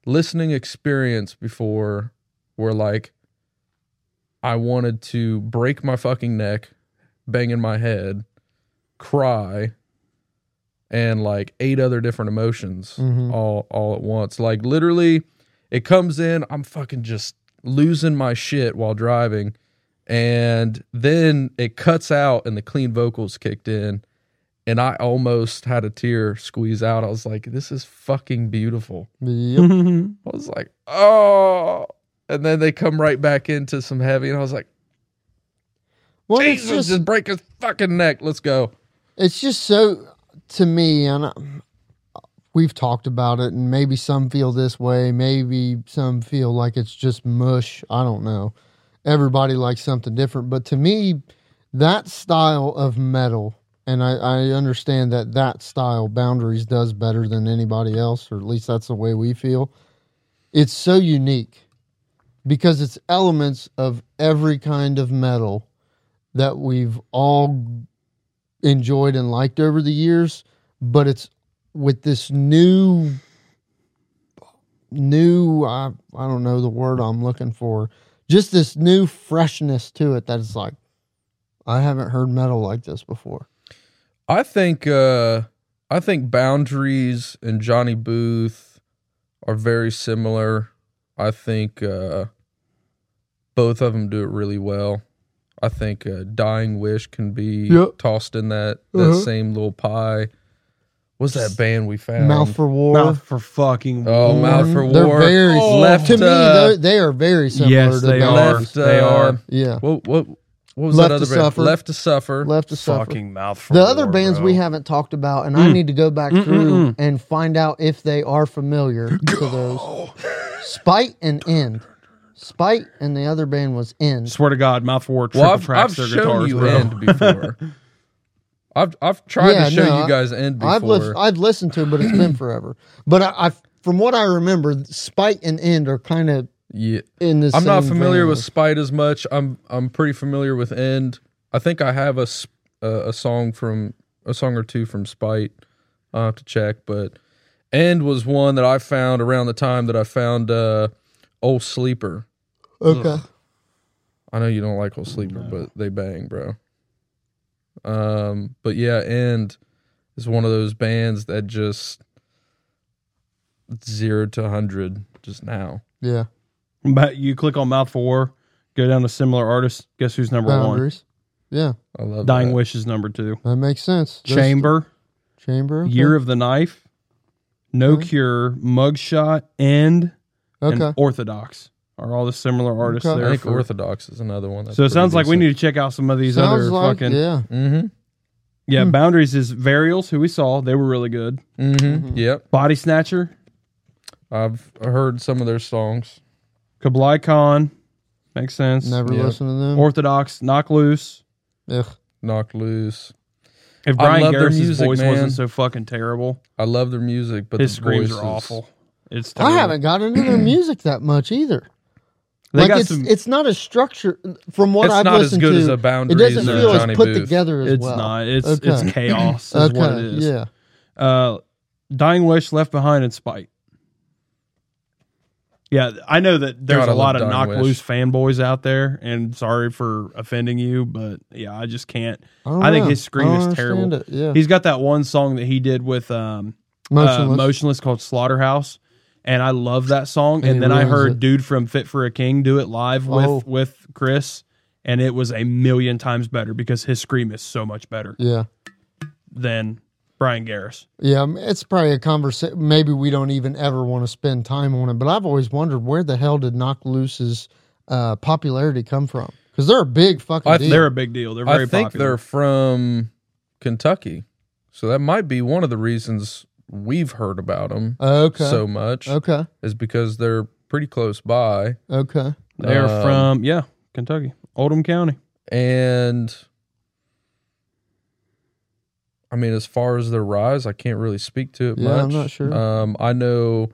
S3: listening experience before where like I wanted to break my fucking neck, bang in my head, cry, and like eight other different emotions
S2: Mhm.
S3: all all at once. Like literally, it comes in. I'm fucking just losing my shit while driving, and then it cuts out and the clean vocals kicked in, and I almost had a tear squeeze out. I was like, "This is fucking beautiful."
S2: Yep.
S3: I was like, oh. And then they come right back into some heavy, and I was like,
S2: Well, it's
S3: Jesus, just,
S2: just
S3: break his fucking neck. Let's go.
S2: it's just so to me, and I, we've talked about it, and maybe some feel this way, maybe some feel like it's just mush. I don't know. Everybody likes something different, but to me, that style of metal, and I, I understand that that style boundaries does better than anybody else, or at least that's the way we feel. It's so unique because it's elements of every kind of metal that we've all enjoyed and liked over the years, but it's with this new new I, I don't know the word I'm looking for, just this new freshness to it that is like I haven't heard metal like this before.
S3: I think, uh, I think Boundaries and Johnny Booth are very similar. I think, uh, both of them do it really well. I think uh, Dying Wish can be
S2: Yep.
S3: tossed in that, that
S2: Uh-huh.
S3: same little pie. What's that band we found?
S2: Mouth for War.
S1: Mouth for fucking
S3: Oh,
S1: war.
S3: Mouth for
S2: They're
S3: War.
S2: very
S1: Oh.
S3: Left,
S2: to me
S3: uh,
S2: tho- they are very similar
S1: Yes,
S2: to
S1: they
S2: Mouth-
S1: are.
S3: Left,
S1: They
S3: uh,
S1: are.
S2: Yeah.
S3: What what what was
S2: Left
S3: that other
S2: to
S3: band?
S2: Suffer.
S3: Left to suffer.
S2: Left to suffer.
S1: fucking mouth for
S2: The other
S1: war,
S2: bands
S1: bro.
S2: we haven't talked about, and I need to go back through and find out if they are familiar to those. Spite and End. Spite and the other band was End.
S1: Swear to God, mouth for war triple
S3: Well, I've, I've
S1: tracks their
S3: shown
S1: guitars,
S3: you
S1: bro. *laughs*
S3: End before. I've I've tried
S2: Yeah,
S3: to show
S2: no,
S3: you guys End before.
S2: I've, lis- I've listened to it, but it's
S1: *clears throat*
S2: been forever. But I, I, from what I remember, Spite and End are kind of
S3: yeah,
S2: in the
S3: I'm not
S2: same
S3: familiar
S2: vein.
S3: with Spite as much. I'm I'm pretty familiar with End. I think I have a sp- uh, a song from a song or two from Spite. I'll have to check, but End was one that I found around the time that I found uh, Old Sleeper.
S2: Okay.
S3: I know you don't like Old Sleeper, but they bang, bro. Um, but yeah, and is one of those bands that just zero to hundred just now.
S2: Yeah.
S1: But you click on mouth for war, go down to similar artists. Guess who's number
S2: Boundaries. Yeah.
S3: I love
S1: one? Dying
S3: Oh, that.
S1: Wish is number two.
S2: That makes sense. Those-
S1: Chamber,
S2: Chamber. okay.
S1: Year of the Knife, No
S2: Okay.
S1: Cure, Mugshot, End,
S2: Okay.
S1: and Orthodox are all the similar artists
S2: Okay.
S3: I
S1: there.
S3: think
S1: for-
S3: Orthodox is another one.
S1: so it sounds like we need to check out some of these
S2: Sounds
S1: other
S2: like,
S1: fucking. Yeah,
S2: yeah.
S3: Mm-hmm.
S2: Hmm.
S1: Boundaries is Varials, who we saw. They were really good.
S3: Mm-hmm.
S2: Mhm.
S3: Yep,
S1: Body Snatcher,
S3: I've heard some of their songs.
S1: Kablai Khan, makes sense.
S2: Never
S3: Yeah.
S2: listen to them.
S1: Orthodox, Knock Loose.
S2: Ugh.
S3: Knock loose.
S1: If
S3: I
S1: Brian
S3: love their
S1: Garrison's
S3: music,
S1: voice
S3: man.
S1: wasn't so fucking terrible,
S3: I love their music, but
S1: his
S3: the
S1: screams
S3: voice
S1: are
S3: is-
S1: awful. It's
S2: I
S1: terrible.
S2: haven't got into
S1: *clears throat*
S2: their music that much either.
S1: They
S2: like
S1: got
S2: it's
S1: some-
S2: it's not as structured from what
S3: It's
S2: I've
S3: not as
S2: listened
S3: good
S2: to.
S3: as a
S2: it
S3: Boundaries
S2: doesn't
S1: or
S2: feel
S3: Johnny
S2: as put
S3: Booth.
S2: together as
S1: It's
S2: well.
S1: not. It's
S2: Okay.
S1: it's chaos. Is
S2: okay.
S1: what it is.
S2: Yeah.
S1: Uh, Dying Wish, Left Behind, and Spite. Yeah, I know that there's
S3: God, I
S1: a lot
S3: love
S1: of knock
S3: Dying
S1: loose
S3: Wish.
S1: fanboys out there, and sorry for offending you, but yeah, I just can't.
S2: don't
S1: I think
S2: know.
S1: his scream
S2: I don't
S1: is terrible.
S2: understand It. Yeah.
S1: He's got that one song that he did with um,
S2: motionless.
S1: Uh, motionless called Slaughterhouse, and I love that song.
S2: And
S1: And,
S2: he
S1: then I
S2: ruins
S1: heard
S2: it.
S1: dude from Fit for a King do it live with
S2: Oh.
S1: with Chris, and it was a million times better because his scream is so much better
S2: yeah.
S1: than Brian Garris.
S2: Yeah, I mean, it's probably a conversation. Maybe we don't even ever want to spend time on it, but I've always wondered where the hell did Knock Loose's uh, popularity come from? Because they're a big fucking
S3: I-
S2: deal.
S1: They're a big deal. They're very
S3: I think
S1: popular.
S3: they're from Kentucky, so that might be one of the reasons we've heard about them
S2: okay.
S3: so much
S2: okay.
S3: is because they're pretty close by,
S2: Okay.
S1: They're
S3: Um,
S1: from yeah, Kentucky, Oldham County.
S3: and I mean, as far as their rise, I can't really speak to it
S2: Yeah,
S3: much.
S2: I'm not sure.
S3: Um, I know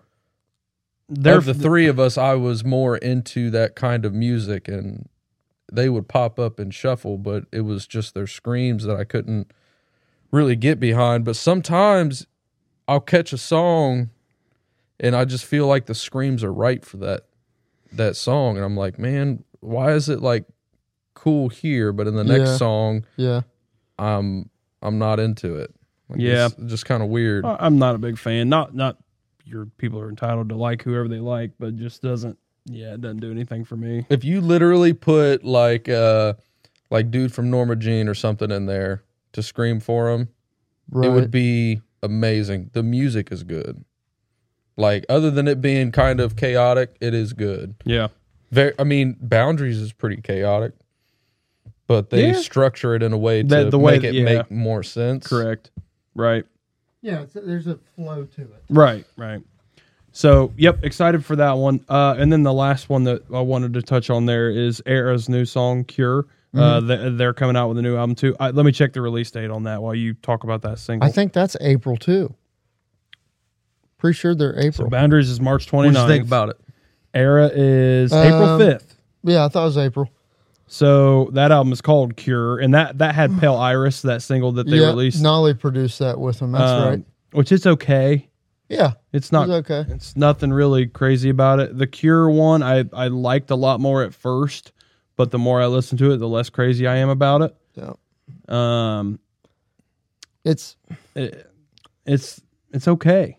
S1: They're
S3: of the three of us, I was more into that kind of music, and they would pop up and shuffle, but it was just their screams that I couldn't really get behind. But sometimes I'll catch a song and I just feel like the screams are right for that that song. And I'm like, man, why is it like cool here? But in the next
S2: Yeah.
S3: song,
S2: Yeah.
S3: I'm I'm not into it. Like,
S1: Yeah.
S3: it's just kind of weird.
S1: I- I'm not a big fan. Not not your people are entitled to like whoever they like, but just doesn't. Yeah, it doesn't do anything for me.
S3: if you literally put like uh like dude from Norma Jean or something in there to scream for him,
S2: Right.
S3: it would be amazing. The music is good. Like other than it being kind of chaotic, it is good.
S1: Yeah,
S3: Very, I mean, boundaries is pretty chaotic, but they
S1: Yeah.
S3: structure it in a way to
S1: That- the way
S3: make
S1: that-
S3: it
S1: yeah.
S3: make more sense.
S1: correct. Right,
S2: yeah. It's, there's a flow to it.
S1: right, right. So, yep, excited for that one. Uh, and then the last one that I wanted to touch on there is Era's new song "Cure."
S2: Mm-hmm.
S1: Uh, th- they're coming out with a new album too. I, let me check the release date on that while you talk about that single.
S2: I think that's April too. Pretty sure they're
S1: so.
S2: April.
S1: Boundaries is March
S3: What do you
S1: 29th.
S3: think about it?
S1: Era is April
S2: Um,
S1: 5th.
S2: yeah, I thought it was April.
S1: So that album is called Cure, and that that had Pale Iris, that single that they
S2: yeah,
S1: released.
S2: Nolly produced that with them. That's
S1: um,
S2: right.
S1: Which it's okay.
S2: Yeah,
S1: It's
S2: not,
S1: not.
S2: it was okay.
S1: It's nothing really crazy about it. The Cure one, I I liked a lot more at first, but the more I listen to it, the less crazy I am about it.
S2: Yeah.
S1: Um,
S2: It's
S1: it, it's it's okay.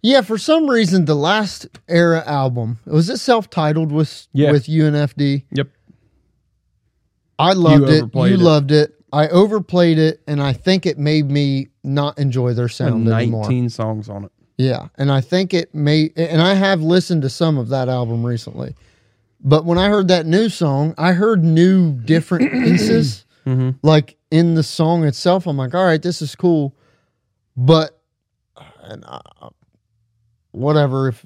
S2: yeah. For some reason, the last era album was it self-titled with
S1: Yeah.
S2: with UNFD.
S1: Yep.
S2: I loved it. You
S1: overplayed it.
S2: loved it. I overplayed it, and I think it made me not enjoy their sound anymore.
S1: Nineteen songs on it.
S2: Yeah, and I think it may, and I have listened to some of that album recently. But when I heard that new song, I heard new
S1: *clears throat*
S2: different pieces,
S1: Mhm.
S2: like in the song itself. I'm like, all right, this is cool, but and I, whatever. If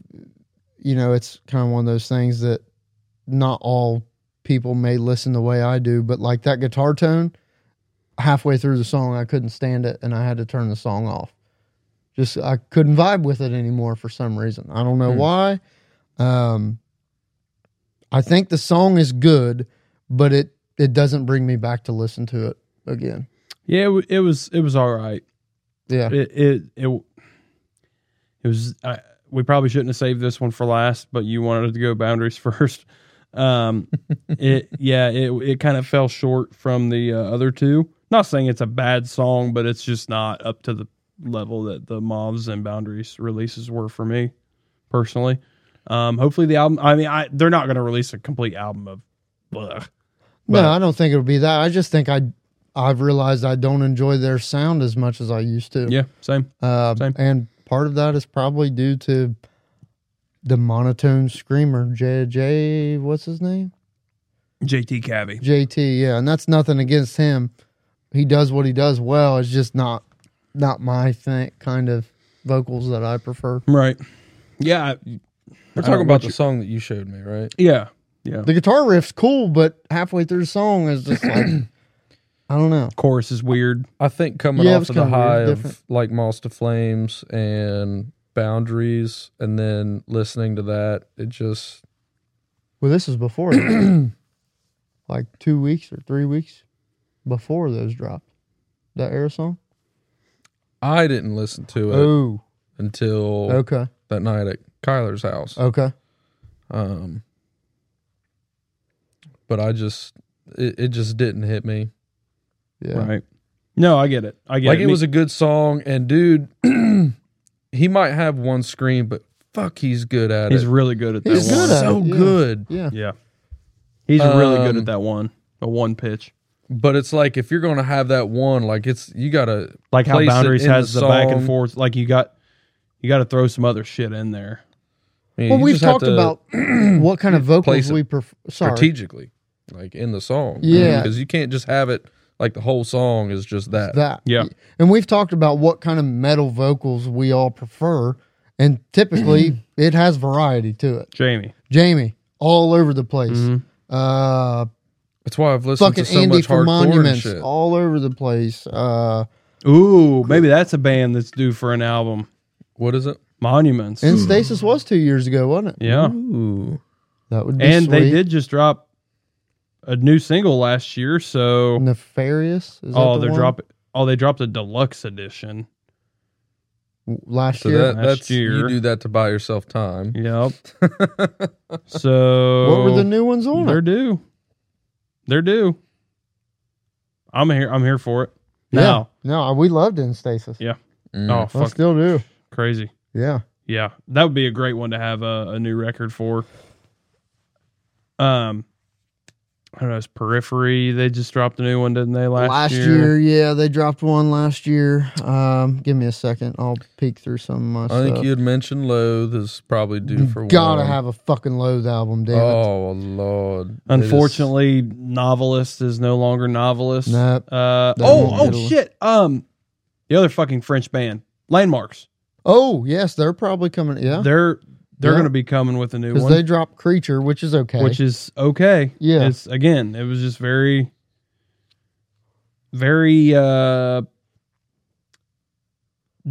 S2: you know, it's kind of one of those things that not all people may listen the way I do. But like that guitar tone, halfway through the song, I couldn't stand it, and I had to turn the song off just I couldn't vibe with it anymore for some reason. I don't know
S1: Hmm.
S2: why. Um, I think the song is good, but it it doesn't bring me back to listen to it again.
S1: Yeah, it, w- it was it was all right.
S2: Yeah,
S1: it it it, it was I, we probably shouldn't have saved this one for last but you wanted to go boundaries *laughs* first um it yeah it it kind of fell short from the uh, other two not saying it's a bad song but it's just not up to the level that the mobs and boundaries releases were for me personally um hopefully the album i mean i they're not going to release a complete album of bleh. but-
S2: no, I don't think it'll be that. I just think I I've realized I don't enjoy their sound as much as I used to.
S1: yeah same
S2: Uh,
S1: Same.
S2: and part of that is probably due to the monotone screamer JJ. What's his name?
S1: jt cavi
S2: JT, yeah, and that's nothing against him. He does what he does well. It's just not not my thing, kind of vocals that I prefer.
S1: right yeah I-
S3: We're
S1: I don't
S3: talking about
S1: want
S3: the
S1: you-
S3: song that you showed me, right?
S1: yeah yeah
S2: The guitar riff's cool, but halfway through the song is just like *clears throat* I don't know.
S1: chorus is weird
S3: I think coming
S2: Yeah, it
S3: off
S2: was
S3: of the
S2: kinda weird,
S3: high
S2: different.
S3: of like Moss to Flames and Boundaries, and then listening to that, it just
S2: Well, this is
S3: *clears throat*
S2: before those. like two weeks or three weeks before those dropped. That air song.
S3: I didn't listen to it
S2: Oh,
S3: until
S2: okay,
S3: that night at Kyler's house.
S2: okay.
S3: Um, but I just it, it just didn't hit me.
S2: Yeah,
S1: Right. No, I get it. I get
S3: like
S1: it.
S3: it was a good song, and dude, *clears throat* he might have one screen, but fuck, he's good at
S1: he's
S3: it.
S1: really good at that
S2: He's
S1: one.
S2: good at
S3: so
S2: it, yeah.
S3: good.
S2: yeah.
S1: yeah. He's really good
S3: Um,
S1: at that one. A one pitch.
S3: But it's like if you're gonna have that one, like it's you gotta
S1: Like how
S3: place it
S1: boundaries
S3: in
S1: has the,
S3: the
S1: back and
S3: song.
S1: forth. Like you got you gotta throw some other shit in there.
S3: I mean,
S2: Well,
S3: you
S2: we've
S3: just have
S2: talked
S3: to
S2: about *clears throat* what kind of vocals
S3: place it
S2: we prefer. Sorry,
S3: strategically, like in the song.
S2: Yeah.
S3: because you can't just have it like the whole song is just that.
S2: that.
S1: Yeah.
S2: And we've talked about what kind of metal vocals we all prefer. And
S3: *clears throat*
S2: typically it has variety to it.
S1: Jamie.
S2: Jamie, all over the place.
S1: Mhm.
S2: Uh,
S3: That's why I've listened
S2: fucking
S3: Mm-hmm. to so
S2: Andy
S3: much
S2: for
S3: hardcore and
S2: Monuments,
S3: shit.
S2: all over the place. Uh,
S1: Ooh, maybe that's a band that's due for an album.
S3: What is it?
S1: Monuments.
S2: and Stasis was two years ago, wasn't it?
S1: yeah.
S3: Ooh.
S2: That would be
S1: And they
S2: sweet.
S1: did just drop a new single last year, so
S2: Nefarious. Is that
S1: oh
S2: the
S1: they're
S2: one?
S1: dropping Oh, they dropped a deluxe edition.
S2: last
S3: So
S2: year.
S3: that,
S1: Last
S3: that's you
S1: year.
S3: do that to buy yourself time.
S2: *laughs*
S1: Yep. so
S2: what were the new ones on?
S1: oh, They're
S2: it?
S1: due. They're due. I'm here. I'm here for it. Now,
S2: Yeah. No, we loved in stasis.
S1: Yeah.
S3: Mm.
S1: oh
S2: I
S1: fuck,
S2: still do.
S1: crazy.
S2: Yeah.
S1: Yeah, that would be a great one to have a, a new record for. Um, I don't know. It's Periphery. They just dropped a new one, didn't they? Last,
S2: year. yeah, they dropped one last year. Um, give me a second. I'll peek through some of my
S3: I think
S2: stuff.
S3: you had mentioned Loathe is probably due for
S2: Gotta
S3: one.
S2: have a fucking Loathe album, damn it.
S3: Oh lord! It is-
S1: Unfortunately, novelist is no longer novelist.
S2: Nope.
S1: Uh,
S2: That
S1: oh,
S2: won't
S1: oh
S2: get away.
S1: shit. Um, the other fucking French band, Landmarks.
S2: Oh yes, they're probably coming. Yeah,
S1: They're they're
S2: Yeah.
S1: going to be coming with a new
S2: because
S1: one,
S2: they dropped Creature, which is okay.
S1: which is okay.
S2: Yeah.
S1: It's again, it was just very, very. uh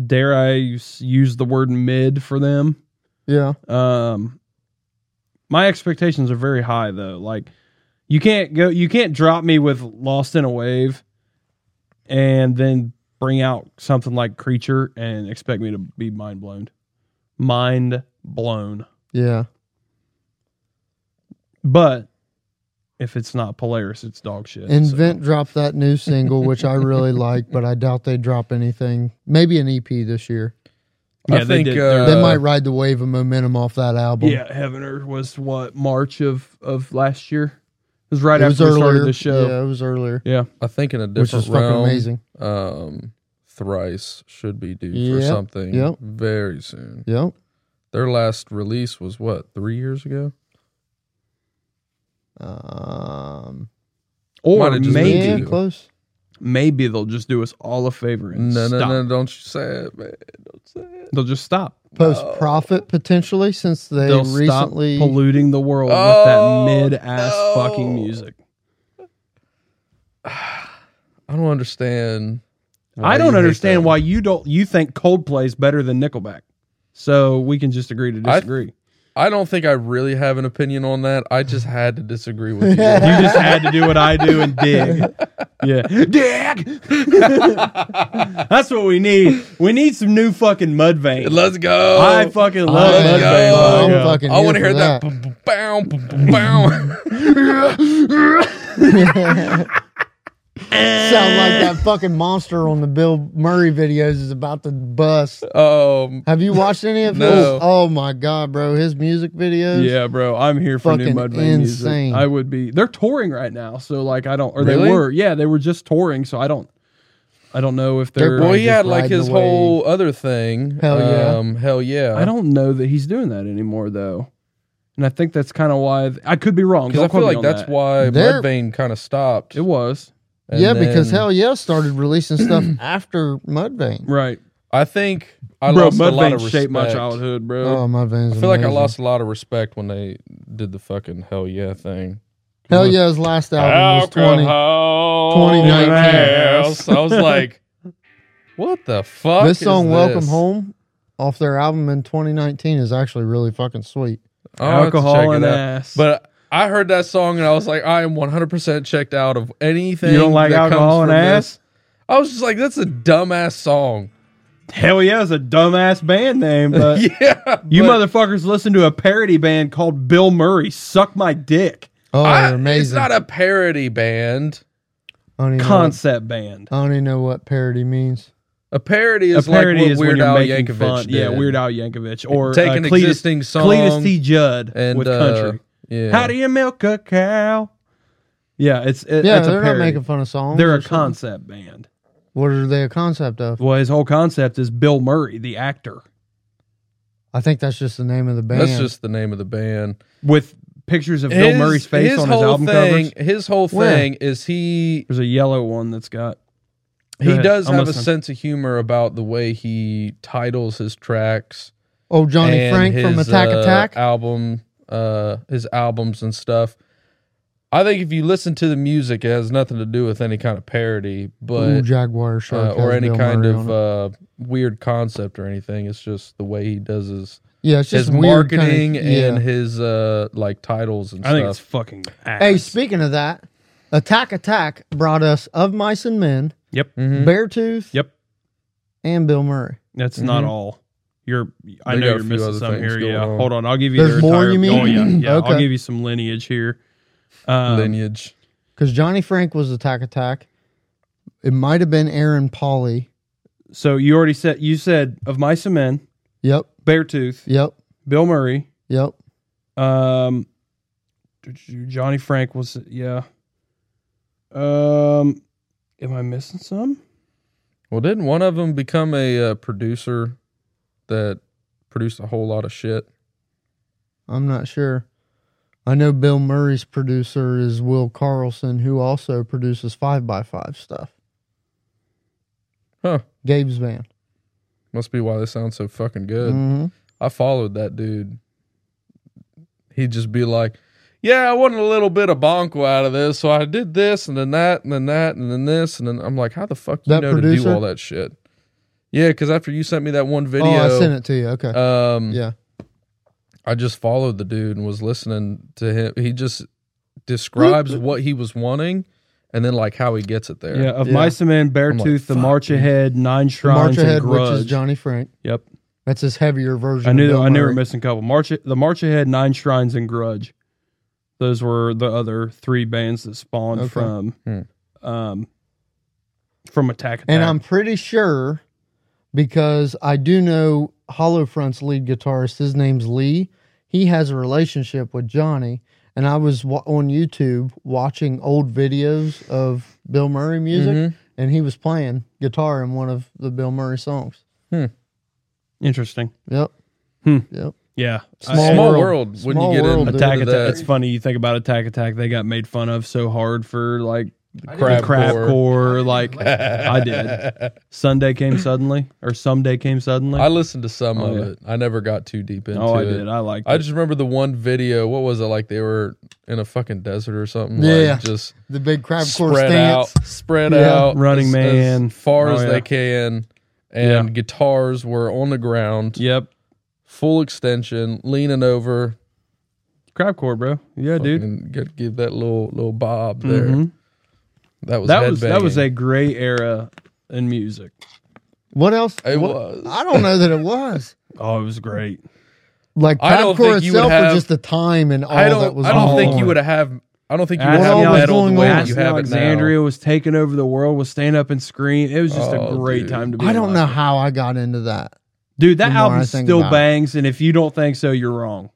S1: Dare I use use the word mid for them?
S2: yeah,
S1: Um, my expectations are very high though. Like you can't go, you can't drop me with Lost in a Wave, and then bring out something like Creature and expect me to be mind blown. Mind blown.
S2: yeah,
S1: But if it's not Polaris, it's dog shit. so.
S2: Invent dropped that new single, which I really *laughs* like, but I doubt they drop anything. Maybe an EP this year.
S1: Yeah,
S3: I
S1: they
S3: think
S1: did.
S3: uh,
S2: they might ride the wave of momentum off that album.
S1: yeah, Heaven Earth was what March of of last year. It was right
S2: it was
S1: after we
S2: earlier.
S1: started the show.
S2: Yeah, it was earlier,
S1: yeah.
S3: I think in a different
S2: which is fucking
S3: realm,
S2: amazing.
S3: Um, thrice should be due for
S2: Yep,
S3: something
S2: yep.
S3: very soon.
S2: Yep.
S3: Their last release was what three years ago.
S2: Um,
S1: Or
S3: Might have just
S1: maybe
S3: been
S2: yeah,
S3: you.
S2: close.
S1: maybe they'll just do us all a favor and
S3: No, no,
S1: stop.
S3: no! Don't you say it, man! Don't say it.
S1: They'll just stop.
S2: Post profit potentially since they
S1: Oh. They'll
S2: recently.
S1: stop polluting the world
S3: Oh,
S1: with that mid ass
S3: no.
S1: fucking music.
S3: I don't understand. why
S1: I
S3: you
S1: don't
S3: hate
S1: understand
S3: them.
S1: why you don't you think Coldplay's better than Nickelback. So we can just agree to
S3: I-
S1: disagree.
S3: I don't think I really have an opinion on that. I just had to disagree with you.
S2: *laughs*
S1: you just had to do what I do and dig.
S3: *laughs*
S1: Yeah. Dig. *laughs* That's what we need. We need some new fucking mud vein.
S3: Let's go.
S1: I
S2: Oh,
S1: fucking love
S3: Let's
S1: mud vein.
S3: go.
S1: bro.
S2: I'm fucking
S3: I
S2: here
S3: want to
S2: for
S3: hear that. Bow,
S2: that.
S3: bow.
S1: *laughs*
S3: *laughs*
S2: Sound like that fucking monster on the Bill Murray videos is about to bust.
S3: Um,
S2: Have you watched any of
S3: No.
S2: his? Oh my god, bro! His music videos.
S1: Yeah, bro, I'm here for new
S2: Fucking
S1: Mudvayne music.
S2: insane.
S1: I would be. They're touring right now, so like I don't, or
S3: Really?
S1: they were. Yeah, they were just touring, so I don't, I don't know if
S2: They're
S1: they're.
S3: well,
S2: Probably
S3: he
S2: just
S3: had like
S2: riding
S3: his
S2: the wave.
S3: whole other thing.
S2: Hell yeah.
S3: Um, hell yeah.
S1: I don't know that he's doing that anymore though, and I think that's kind of why I could be wrong.
S3: because
S1: Don't
S3: I
S1: quote
S3: feel
S1: me
S3: like
S1: on
S3: that's
S1: that.
S3: why
S2: They're-
S3: Mudvayne kind of stopped.
S1: it was
S3: And
S2: yeah, because
S3: then
S2: Hell Yeah started releasing stuff *clears throat* after Mudvayne.
S1: right,
S3: I think I
S1: bro.
S3: lost a lot of
S1: Mudvayne
S3: respect.
S1: shaped my childhood, bro.
S2: Oh,
S3: I
S2: Mudvayne's.
S3: feel like I
S2: amazing.
S3: lost a lot of respect when they did the fucking hell yeah thing.
S2: Hell Yeah, his last album was
S3: Alcohol
S2: 20
S3: in my
S2: 2019.
S3: ass. I was like, what the fuck?
S2: 20. This song,
S3: is
S2: Welcome
S3: this?
S2: Home, off their album in 2019, is actually really fucking sweet.
S3: I'll Oh, have to check
S1: Alcohol
S3: it
S1: and
S3: out.
S1: ass.
S3: But I heard that song and I was like, I am 100% checked out of anything.
S1: you don't like
S3: that comes
S1: alcohol and
S3: from this.
S1: ass?
S3: I was just like, that's a dumbass
S2: *laughs*
S3: song.
S1: Hell yeah, it's a dumbass band name,
S3: *laughs*
S1: but
S3: yeah.
S1: you
S3: but
S1: motherfuckers listen to a parody band called Bill Murray. Suck my dick.
S2: Oh,
S3: I-
S2: they're amazing.
S3: It's not a parody band.
S2: I don't even know what-
S1: Concept band.
S2: I don't even know what parody means.
S3: A parody
S1: a
S3: is
S1: parody
S3: like what
S1: is
S3: Weird
S1: when you're
S3: Al
S1: making
S3: Yankovic
S1: fun.
S3: did.
S1: Yeah, Weird Al Yankovic or
S3: Take
S1: uh,
S3: an
S1: Cletus,
S3: existing song
S1: Cletus T. Judd
S3: and
S1: with
S3: uh,
S1: country.
S3: Yeah.
S1: How do you milk a cow? Yeah, it's it,
S2: Yeah,
S1: it's a
S2: they're not
S1: parody.
S2: making fun of songs.
S1: They're
S2: or
S1: a
S2: something.
S1: concept band.
S2: What are they a concept of?
S1: Well, his whole concept is Bill Murray, the actor,
S2: I think that's just the name of the band.
S3: That's just the name of the band.
S1: with pictures of Bill Murray's face on his
S3: whole
S1: album
S3: thing,
S1: covers.
S3: His whole
S2: Where?
S3: thing is he
S1: There's a yellow one that's got. Go
S3: he
S1: ahead,
S3: does
S1: I'm
S3: have a
S1: listening.
S3: sense of humor about the way he titles his tracks.
S2: oh Johnny
S3: and
S2: Frank from
S3: his,
S2: Attack
S3: uh,
S2: Attack.
S3: album, uh, his albums and stuff. I think if you listen to the music, it has nothing to do with any kind of parody,
S2: Ooh,
S3: but
S2: Jaguar Shark
S3: uh, or
S2: has
S3: any
S2: Bill
S3: kind
S2: Murray
S3: of
S2: on it.
S3: uh, weird concept or anything. It's just the way he does his
S2: yeah, it's just
S3: his
S2: weird kinda-
S3: marketing
S2: yeah.
S3: and his uh, like titles and
S1: I think it's
S3: stuff.
S1: fucking. Ass.
S2: Hey, speaking of that, Attack Attack brought us Of Mice and Men,
S1: Yep.
S3: Mhm.
S2: Beartooth,
S1: Yep.
S2: and Bill Murray.
S1: That's not
S2: Mm-hmm.
S3: Mhm.
S1: all. You're. I know
S3: They got a
S1: you're
S3: few
S1: missing
S3: other
S1: something
S3: things
S1: here.
S3: going
S1: Yeah.
S3: on.
S1: Hold on. I'll give you. their
S2: There's more,
S1: entire-
S2: you mean?
S1: Oh yeah. Yeah. I'll
S2: Okay.
S1: give you some lineage here. Um,
S3: lineage.
S2: Because Johnny Frank was Attack Attack. It might have been Aaron Pauley.
S1: So you already said you said of mice and men,
S2: Yep,
S1: Beartooth,
S2: yep,
S1: Bill Murray,
S2: yep.
S1: um, Johnny Frank was yeah. Um, am I missing some?
S3: Well, didn't one of them become a uh, producer that produced a whole lot of shit?
S2: I'm not sure. I know Bill Murray's producer is Will Carlson, who also produces Five by Five stuff.
S3: Huh.
S2: Gabe's band.
S3: Must be why they sound so fucking good.
S2: hmm
S3: I followed that dude. He'd just be like, "Yeah, I wanted a little bit of bonko out of this, so I did this and then that and then that and then this and then." I'm like, "How the fuck you
S2: That
S3: know to do
S2: producer?
S3: all that shit?" Yeah, because after you sent me that one video,
S2: Oh, I sent it to you. Okay.
S3: um,
S2: yeah.
S3: I just followed the dude and was listening to him. He just describes what he was wanting and then like how he gets it there.
S1: Yeah, of
S2: Yeah.
S1: mice and men, Beartooth,
S3: like,
S1: the
S3: fuck,
S1: March
S3: dude.
S1: Ahead, Nine
S2: The
S1: Shrines,
S2: March Ahead,
S1: and
S2: which
S1: Grudge.
S2: is Johnny Frank.
S1: Yep,
S2: That's his heavier version.
S1: I knew
S2: Of
S1: that,
S2: Bill
S1: I knew we were
S2: Murray.
S1: missing a couple. March the March Ahead, Nine Shrines, and Grudge. Those were the other three bands that spawned
S2: Okay. Hmm.
S1: from um from Attack Attack.
S2: And I'm pretty sure because I do know Hollow Front's lead guitarist, his name's Lee. He has a relationship with Johnny. And I was wa- on YouTube watching old videos of Bill Murray music,
S3: Mhm.
S2: and he was playing guitar in one of the Bill Murray songs.
S1: interesting.
S2: Yep.
S1: Hmm.
S2: Yep.
S1: Yeah,
S2: Small
S3: Small
S2: world.
S3: world. When
S2: Small
S3: you get
S2: world,
S3: into
S2: dude.
S1: Attack
S3: that,
S1: Attack. It's funny you think about Attack Attack. They got made fun of so hard for like the crab,
S3: crab
S1: crab
S3: core.
S1: core.
S3: *laughs*
S1: Like I did. Sunday came suddenly, or someday came suddenly.
S3: I listened to some
S1: Oh,
S3: of
S1: yeah.
S3: it. I never got too deep into
S1: oh, I
S3: it.
S1: did. I liked
S3: I
S1: it.
S3: just remember the one video. What was it like? They were in a fucking desert or something. like,
S2: Yeah.
S3: just
S2: The big crab core
S3: spread
S2: stance.
S3: out, spread
S2: Yeah.
S3: out,
S1: Running
S3: as-
S1: Man.
S3: as far
S1: Oh,
S3: as
S1: yeah.
S3: they can, and guitars were on the ground,
S1: Yep,
S3: full extension, leaning over.
S1: crab core, bro. Yeah, dude.
S3: Fucking get- give that little little bob there.
S1: Mhm.
S3: That was
S1: That was that was
S3: headbanging.
S1: a great era in music.
S2: What else?
S3: It
S2: what-
S3: was.
S2: I don't know that it
S3: *laughs*
S2: was.
S1: Oh, it was great.
S2: Like
S3: I don't
S2: crab core
S3: think you would
S2: itself,
S3: have-
S2: or just the time and all
S3: I
S2: Oh, that
S3: don't.
S2: was.
S3: I don't
S2: going
S3: think
S2: on.
S3: you would have. I don't think you
S1: What
S3: would have
S1: all was
S3: metal the
S2: going
S3: way
S2: on?
S3: that you
S1: Aston
S3: have it now.
S1: Alexandria was taking over the world with Stand Up and Scream. It was just a
S3: Oh,
S1: great
S3: dude.
S1: time to be.
S2: I don't
S1: alive.
S2: know how I got into that.
S1: dude. That
S2: the more I
S1: album
S2: think
S1: still
S2: about it.
S1: bangs, and if you don't think so, you're wrong.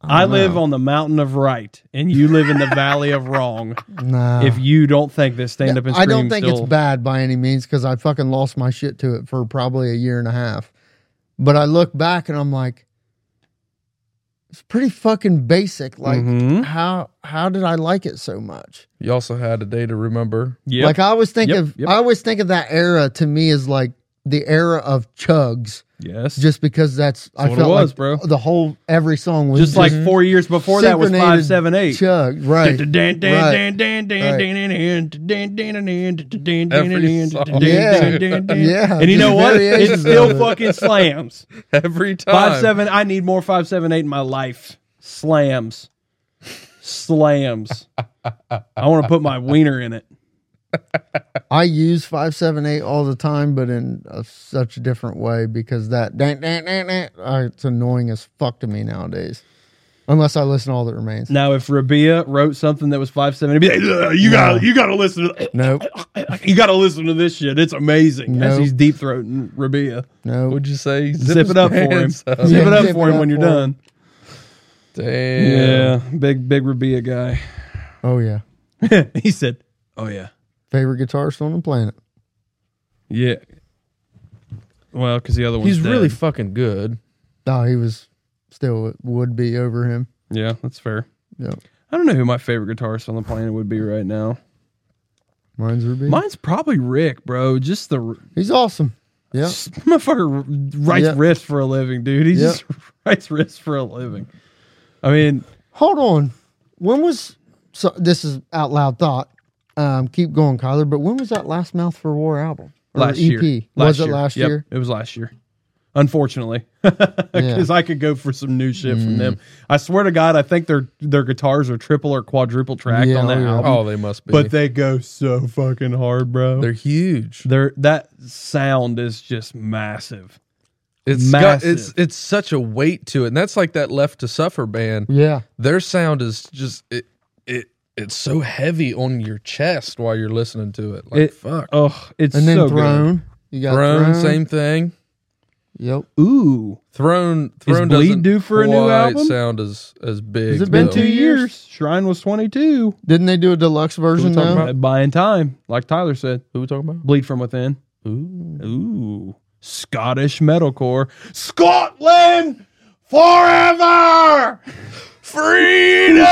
S1: I
S2: don't
S1: live
S2: know.
S1: on the mountain of right, and you live *laughs* in the valley of wrong.
S2: Nah.
S1: If you don't think this stand up and
S2: I
S1: scream,
S2: don't think
S1: still,
S2: it's bad by any means because I fucking lost my shit to it for probably a year and a half. But I look back and I'm like, it's pretty fucking basic. Like
S1: Mhm.
S2: how how did I like it so much?
S3: You also had a day to remember. *laughs*
S1: Yep.
S2: Like I always think
S1: Yep,
S2: of
S1: yep.
S2: I always think of that era to me as like the era of chugs,
S1: yes, just,
S2: just because that's I
S1: what it
S2: felt
S1: was,
S2: like
S1: bro.
S2: the whole every song was
S1: like four years before that was
S2: synchronated
S1: five seven eight. *laughs*
S2: chug right. Right. Yeah,
S1: Yeah, and you
S2: just
S1: know what? It
S2: variations of
S1: still
S2: it.
S1: fucking slams.
S3: Every time.
S1: Five seven. I need more five seven eight in my life. Slams, slams. I want to put my wiener in it.
S2: I use five seven eight all the time, but in a, such a different way because that dan, dan, dan, dan, uh, it's annoying as fuck to me nowadays. Unless I listen to all that remains.
S1: Now, if Rabia wrote something that was five seven, it'd be like, "Ugh, you got to you got to listen to
S2: Nope,
S1: *laughs* you got to listen to this shit. It's amazing. As
S2: No.
S1: he's deep throating Rabia,
S2: nope.
S3: Would you say zip,
S1: zip,
S3: his
S1: it up for him.
S3: pants
S1: Zip
S3: up?
S2: Yeah,
S1: it up
S2: zip
S1: for
S2: it
S1: him
S2: up
S1: when you're
S2: for him.
S1: done.
S3: Damn.
S1: Yeah, big big Rabia guy.
S2: Oh yeah,
S1: *laughs* he said, "Oh yeah,
S2: favorite guitarist on the planet.
S1: yeah." Well, because the other one's
S3: He's really
S1: dead.
S3: fucking good.
S2: No, he was still would be over him.
S1: yeah, that's fair.
S2: Yeah,
S1: I don't know who my favorite guitarist on the planet would be right now.
S2: mine's Ruby.
S1: Mine's probably Rick, bro. Just the
S2: He's awesome. Yeah,
S1: This *laughs* motherfucker writes
S2: Yeah.
S1: riffs for a living, dude. He
S2: Yeah.
S1: just *laughs* writes riffs for a living. I mean,
S2: hold on. When was so? This is out loud thought. Um, keep going, Kyler. But when was that last Mouth for War album? Or E
S1: last year,
S2: was it last
S1: Yep,
S2: year?
S1: It was last year. Unfortunately, *laughs* because I could go for some new shit from
S2: Mm.
S1: them. I swear to God, I think their their guitars are triple or quadruple tracked
S2: Yeah,
S1: on that
S2: oh, yeah.
S1: album,
S3: Oh, they must be.
S1: but they go so fucking hard, bro.
S3: they're huge.
S1: Their that sound is just massive.
S3: It's got,
S1: massive.
S3: it's it's such a weight to it, and that's like that Left to Suffer band.
S2: Yeah.
S3: Their sound is just it it it's so heavy on your chest while you're listening to it. Like
S1: It-
S3: fuck,
S1: Oh, it's
S2: And then
S1: so
S2: Throne. You got
S3: Throne, same thing.
S2: Yep.
S1: good. Ooh,
S3: Throne, Throne
S1: Bleed
S3: doesn't
S1: due for a new
S3: quite
S1: album?
S3: sound as as big.
S2: it been
S1: been
S3: though.
S1: two
S2: two years.
S1: years. Shrine was twenty two.
S2: Didn't they do a deluxe version
S3: talking
S2: though?
S3: about?
S1: Buying time, like Tyler said,
S3: Who we talking about?
S1: bleed from within.
S3: Ooh.
S1: Ooh, Scottish metalcore. Scotland forever, freedom.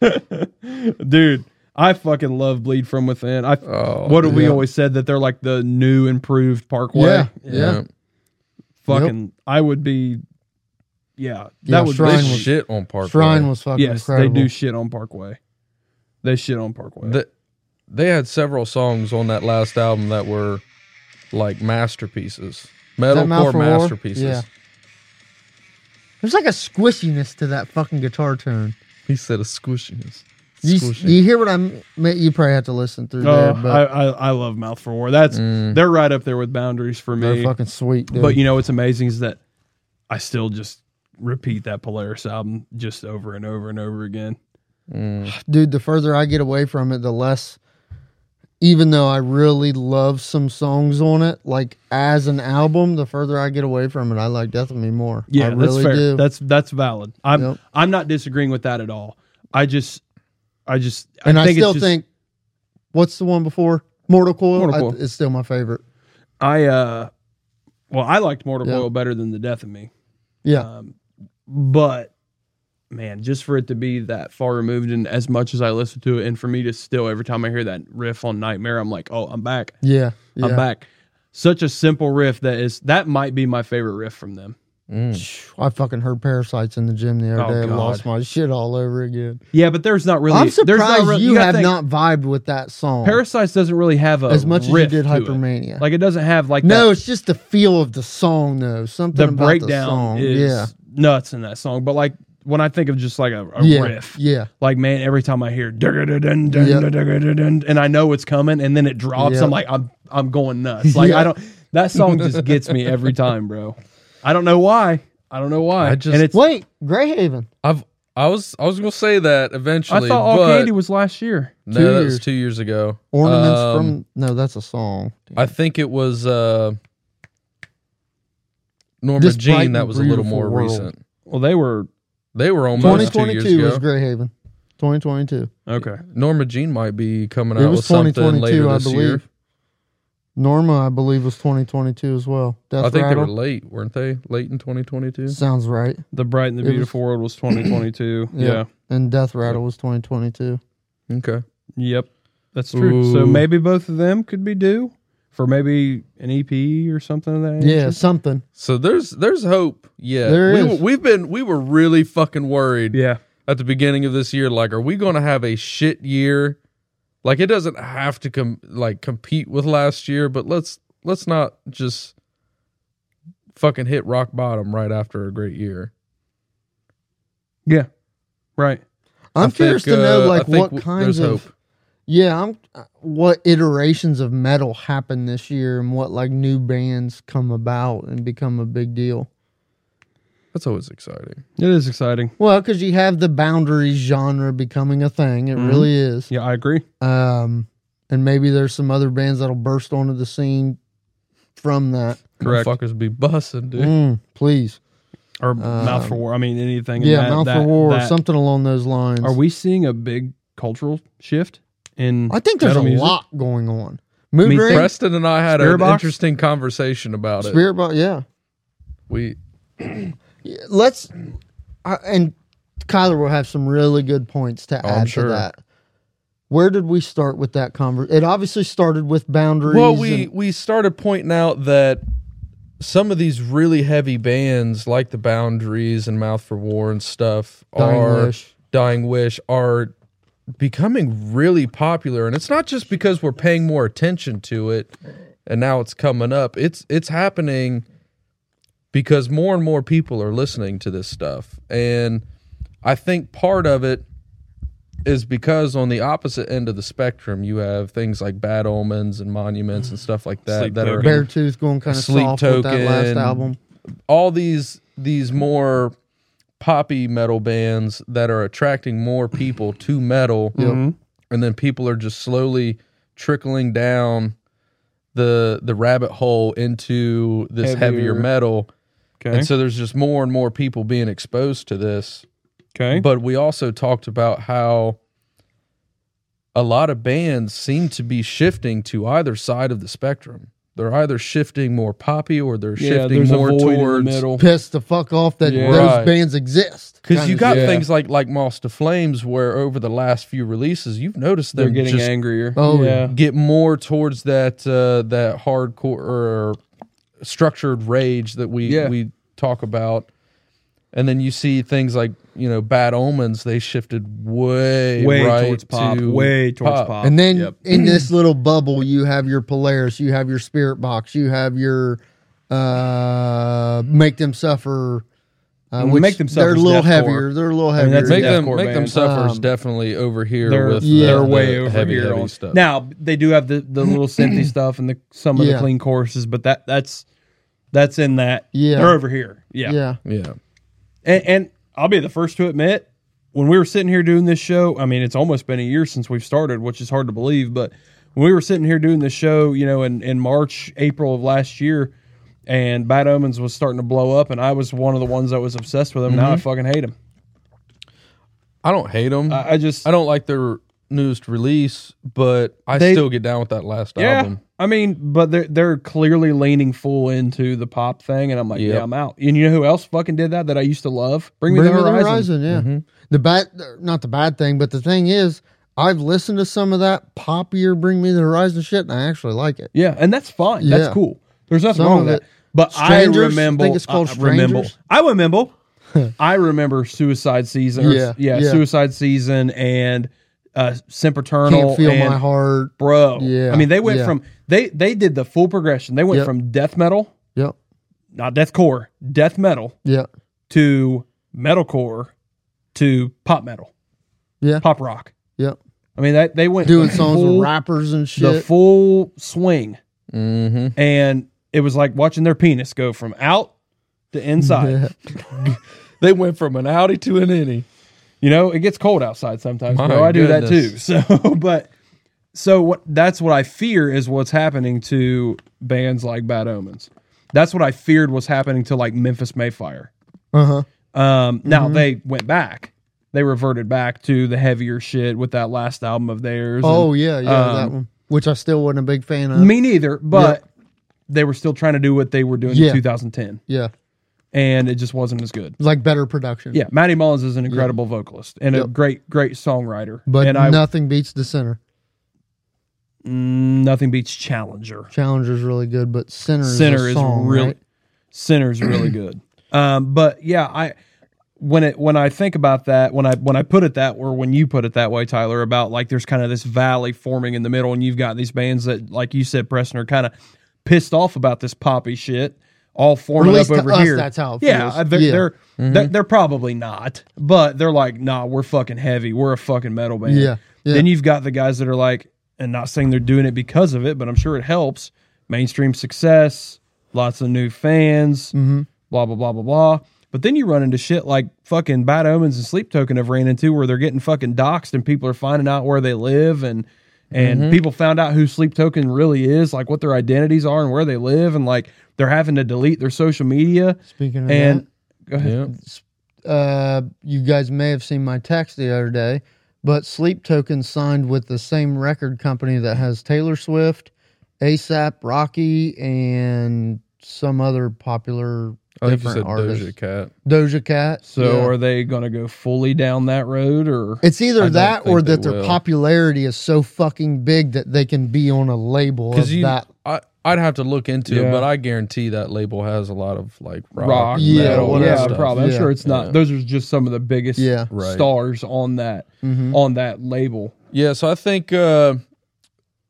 S1: *laughs* Dude, I fucking love Bleed from Within. I
S3: Oh,
S1: what have we
S2: yeah.
S1: always said that they're like the new improved Parkway.
S2: Yeah, yeah.
S1: Fucking, I would be. Yeah, that
S2: Yeah,
S1: would
S2: Shrine
S3: They
S1: be.
S2: was-
S3: shit on Parkway.
S2: Shrine was fucking
S1: yes,
S2: incredible.
S1: they do shit on Parkway. They shit on Parkway.
S3: The- they had several songs on that last album that were like masterpieces, metalcore
S2: Mouth for War?
S3: masterpieces.
S2: Yeah. There's like a squishiness to that fucking guitar tone.
S3: He said a squishiness.
S2: You,
S3: Squishy.
S2: you hear what I'm? You probably have to listen through there,
S1: oh, I,
S2: but Mm.
S1: I I love Mouth for War. That's they're right up there with Boundaries for
S2: they're
S1: me.
S2: fucking sweet, dude.
S1: But you know what's amazing is that I still just repeat that Polaris album just over and over and over again.
S3: Mm.
S2: dude, the further I get away from it, the less. Even though I really love some songs on it, like as an album, the further I get away from it, I like Death of Me more.
S1: Yeah,
S2: I
S1: that's
S2: really
S1: fair.
S2: do.
S1: That's that's valid. I'm
S2: Yep.
S1: I'm not disagreeing with that at all. I just I just
S2: and I,
S1: think it's
S2: still
S1: just-
S2: think, what's the one before Mortal Coil?
S1: Mortal
S2: I-
S1: Coil.
S2: it's still my favorite.
S1: I uh well I liked Mortal
S2: Yeah.
S1: Coil better than The Death of Me.
S2: Yeah,
S1: Um but man, just for it to be that far removed and as much as I listen to it and for me to still every time I hear that riff on Nightmare, I'm like, "Oh, I'm back.
S2: yeah, yeah.
S1: I'm back." Such a simple riff that is that might be my favorite riff from them.
S3: Mm.
S2: I fucking heard parasites in the gym the other
S1: Oh,
S2: day and
S1: God.
S2: lost my shit all over again.
S1: Yeah, but there's not really.
S2: I'm
S1: there's not
S2: surprised
S1: really-
S2: you,
S1: gotta
S2: have
S1: think,
S2: not vibed with that song
S1: Parasites doesn't really have a
S2: as much as you
S1: riff
S2: did
S1: to it.
S2: Hypermania.
S1: Like it doesn't have like
S2: no,
S1: that-
S2: it's just the feel of the song though. Something
S1: the
S2: about the
S1: breakdown
S2: song.
S1: is
S2: yeah,
S1: nuts in that song. But like when I think of just like a, a
S2: yeah,
S1: riff,
S2: yeah.
S1: like man, every time I hear dun-dun-dun,
S2: Yeah.
S1: dun-dun-dun, and I know it's coming, and then it drops,
S2: Yeah.
S1: I'm like I'm I'm going nuts. Like
S2: Yeah.
S1: I don't. That song just gets me every time, bro. I don't know why. I don't know why.
S3: I just-
S1: and it's
S2: Wait, Greyhaven.
S3: I've I was I was gonna say that
S1: I
S3: eventually.
S1: thought all
S3: but
S1: candy was last year.
S3: no,
S2: two
S3: that
S2: years.
S3: was two years ago.
S2: Ornaments
S3: Um,
S2: from no, that's a song.
S3: I think it was uh, Norma
S2: This bright
S3: Jean
S2: and
S3: that was a little
S2: beautiful
S3: more
S2: world.
S3: recent.
S1: Well, they were
S3: They were almost two years
S2: 2022 was
S3: ago.
S2: Greyhaven. 2022.
S1: okay.
S3: Norma Jean might be coming
S2: It
S3: out
S2: was
S3: with something
S2: 2022,
S3: later
S2: I
S3: this year.
S2: believe. Norma, I believe, was 2022 as well. Death
S3: I think
S2: Rattle.
S3: they were late, weren't they? Late in 2022.
S2: Sounds right.
S1: The Bright and the
S2: It was-
S1: Beautiful World
S2: *clears throat*
S1: was 2022.
S2: Yeah.
S1: yeah.
S2: And Death Rattle was 2022.
S3: Okay.
S1: Yep. That's true. So
S3: Ooh.
S1: maybe both of them could be due for maybe an EP or something of that.
S2: Yeah,
S1: nature.
S2: something.
S3: So there's there's hope. Yeah.
S2: There
S3: we
S2: is.
S3: were- we've been we were really fucking worried
S1: Yeah.
S3: at the beginning of this year like are we going to have a shit year? Like it doesn't have to com- like compete with last year, but let's let's not just fucking hit rock bottom right after a great year.
S1: Yeah. Right.
S2: I'm
S3: I
S2: curious
S3: think,
S2: to know
S3: uh, I
S2: like
S3: think
S2: what
S3: w-
S2: kinds
S3: there's
S2: of yeah, I'm uh, what iterations of metal happen this year and what like new bands come about and become a big deal.
S3: That's always exciting.
S1: It is exciting.
S2: Well, because you have the boundaries genre becoming a thing, it
S3: Mm-hmm.
S1: Mhm.
S2: really is.
S1: Yeah, I agree.
S2: Um, and maybe there's some other bands that'll burst onto the scene from that.
S1: Correct.
S3: Motherfuckers be bussing, dude.
S2: Mm, please,
S1: Or Mouth for War. I mean, anything. in
S2: Um, yeah,
S1: that-
S2: Mouth for
S1: that-
S2: War or
S1: that-
S2: something along those lines.
S1: Are we seeing a big cultural shift in?
S2: I think there's a
S1: metal music?
S2: lot going on. Mood
S1: Me
S2: ring,
S1: too.
S3: Preston and I had
S1: Spirit
S3: an
S1: box?
S3: interesting conversation about it.
S2: spirit, box, yeah.
S3: We
S2: let's I- and Kyler will have some really good points to
S3: Oh, I'm
S2: add to
S3: sure.
S2: that. Where did we start with that conversation? It obviously started with boundaries.
S3: Well, we
S2: and-
S3: we started pointing out that some of these really heavy bands, like the Boundaries and Mouth for War and stuff,
S2: Dying
S3: are
S2: Wish.
S3: Dying Wish are becoming really popular, and it's not just because we're paying more attention to it. and now it's coming up. It's it's happening because more and more people are listening to this stuff. And I think part of it is because on the opposite end of the spectrum you have things like bad omens and monuments and stuff like that
S1: Sleep
S3: that are
S1: Token.
S2: Bear Tooth going kind of
S3: Sleep
S2: soft with that last
S3: Token.
S2: album.
S3: all these these more poppy metal bands that are attracting more people to metal and then people are just slowly trickling down the the rabbit hole into this heavier,
S1: Heavier.
S3: metal
S1: Okay.
S3: and so there's just more and more people being exposed to this
S1: okay.
S3: but we also talked about how a lot of bands seem to be shifting to either side of the spectrum they're either shifting more poppy or they're shifting
S1: there's a
S3: more
S1: void in the
S3: towards
S1: middle.
S2: Pissed the fuck off that
S1: Yeah.
S2: those
S3: Right.
S2: bands exist.
S3: Because
S2: Kinda
S3: you got
S2: shit.
S1: Yeah.
S3: things like like Moss to Flames, where over the last few releases, you've noticed
S1: They're
S3: them
S1: getting
S3: just
S1: angrier.
S2: Oh,
S3: get more towards that uh, that hardcore or structured rage that we
S1: Yeah.
S3: we talk about, and then you see things like you know Bad Omens. They shifted way
S1: Way
S3: right
S1: towards pop.
S3: to
S1: Way towards pop.
S2: And then
S1: Yep.
S2: in this little bubble, you have your Polaris, you have your Spirit Box, you have your uh, Make Them Suffer. Uh,
S1: Mm,
S2: which
S1: Make Them
S2: They're
S1: Suffer's
S2: a little
S1: deathcore.
S2: heavier. They're a little
S1: mean,
S2: heavier.
S1: that's
S3: Make them
S1: Deathcore
S3: make them
S1: band.
S3: suffers
S2: Um,
S3: definitely over here
S1: they're,
S3: with
S2: yeah.
S3: the-
S1: they're
S3: the
S1: way over
S3: heavy,
S1: here
S3: heavy
S1: on
S3: stuff.
S1: Now they do have the, the
S2: *clears throat*
S1: little synthy stuff and the some of
S2: Yeah.
S1: the clean courses, but that that's that's in that.
S2: Yeah.
S1: they're over here. Yeah,
S2: yeah.
S3: yeah,
S1: And, and I'll be the first to admit, when we were sitting here doing this show, I mean, it's almost been a year since we've started, which is hard to believe. But when we were sitting here doing this show, you know, in, in March, April of last year, and Bad Omens was starting to blow up, and I was one of the ones that was obsessed with them. Now
S2: Mm-hmm.
S1: I fucking hate them.
S3: I don't hate them.
S1: I, I just,
S3: I don't like their newest release, but I
S1: They-
S3: still get down with that last
S1: yeah.
S3: album.
S1: I mean, but they're they're clearly leaning full into the pop thing, and I'm like,
S3: Yep.
S1: yeah, I'm out. And you know who else fucking did that that I used to love? Bring Me
S2: Bring
S1: the
S2: Me the
S1: Horizon. Mm-hmm.
S2: Horizon, yeah. The bad, not the bad thing, but the thing is, I've listened to some of that poppier Bring Me the Horizon shit, and I actually like it.
S1: Yeah, and that's fine.
S2: Yeah.
S1: That's cool. There's nothing
S2: Some
S1: wrong
S2: of
S1: with that.
S2: it-
S1: But
S2: Strangers?
S1: I remember.
S2: I think it's called
S1: I remember.
S2: Strangers?
S1: I
S2: *laughs*
S1: remember. I remember Suicide Season. or-
S2: Yeah,
S1: yeah,
S2: yeah.
S1: Suicide Season and uh, Sempiternal.
S2: Can't feel
S1: and
S2: my heart.
S1: bro.
S2: Yeah,
S1: I mean, they went
S2: yeah.
S1: from they they did the full progression. They went
S2: Yep.
S1: from death metal,
S2: Yep.
S1: not death core, death metal
S2: Yep.
S1: to metalcore to pop metal.
S2: Yeah.
S1: pop rock.
S2: Yep.
S1: I mean, that they went
S2: Doing
S1: the
S2: songs
S1: full-
S2: with rappers and
S1: the
S2: shit.
S1: full swing.
S3: Mm-hmm.
S1: and it was like watching their penis go from out to inside.
S2: Yeah.
S3: They went from an Audi to an innie.
S1: You know, it gets cold outside sometimes,
S3: My
S1: bro. I do that too.
S3: goodness.
S1: *laughs* So, but so what? That's what I fear is what's happening to bands like Bad Omens. That's what I feared was happening to like Memphis Mayfire.
S2: Uh-huh. Mm-hmm.
S1: Um, now they went back. They reverted back to the heavier shit with that last album of theirs. and-
S2: Oh yeah, yeah, that
S1: um,
S2: one. Which I still wasn't a big fan of.
S1: me neither. But they were still trying to do what they were doing
S2: Yeah.
S1: in 2010,
S2: yeah.
S1: and it just wasn't as good.
S2: Like better production.
S1: Yeah, Matty Mullins is an incredible vocalist and a
S2: Yep.
S1: great, great songwriter.
S2: But
S1: and I
S2: nothing beats the center.
S1: Mm, nothing beats Challenger.
S2: Challenger's really good, but Center is
S1: Sinner
S2: a
S1: is
S2: song,
S1: really,
S2: right?
S1: Sinner is
S2: *clears throat*
S1: really good. Um, but yeah, I when it when I think about that, when I when I put it that, or when you put it that way, Tyler, about like there's kind of this valley forming in the middle, and you've got these bands that, like you said, Preston, are kind of pissed off about this poppy shit. All forming
S2: least
S1: up
S2: to
S1: over
S2: us,
S1: here.
S2: that's how it
S1: yeah,
S2: feels.
S1: They're,
S2: Yeah.
S1: They're,
S2: Mm-hmm.
S1: they're they're probably not, but they're like, nah, we're fucking heavy. We're a fucking metal band.
S2: Yeah, yeah.
S1: Then you've got the guys that are like, and not saying they're doing it because of it, but I'm sure it helps. Mainstream success, lots of new fans,
S2: Mm-hmm.
S1: blah, blah, blah, blah, blah. But then you run into shit like fucking Bad Omens and Sleep Token have ran into where they're getting fucking doxxed and people are finding out where they live and and
S2: Mm-hmm.
S1: people found out who Sleep Token really is, like what their identities are and where they live, and like they're having to delete their social media.
S2: Speaking of that.
S1: And go ahead.
S3: Yeah.
S2: uh, you guys may have seen my text the other day, but Sleep Token signed with the same record company that has Taylor Swift, ASAP Rocky, and some other popular
S3: I think you
S2: different
S3: said
S2: artists.
S3: Doja Cat.
S2: Doja Cat.
S1: So
S2: yeah.
S1: are they going to go fully down that road or
S2: it's
S3: I
S2: either
S3: don't
S2: that
S3: think
S2: or
S3: they
S2: that their
S3: will.
S2: popularity is so fucking big that they can be on a label of
S3: Because you,
S2: that.
S3: I, I'd have to look into it,
S1: Yeah.
S3: but I guarantee that label has a lot of like rock,
S1: rock?
S2: Yeah,
S1: metal,
S2: whatever
S1: yeah,
S2: stuff.
S1: probably. I'm
S2: Yeah.
S1: sure it's not.
S3: Yeah.
S1: Those are just some of the biggest
S2: Yeah.
S3: Right.
S1: stars on that
S2: Mhm.
S1: on that label.
S3: Yeah, so I think uh,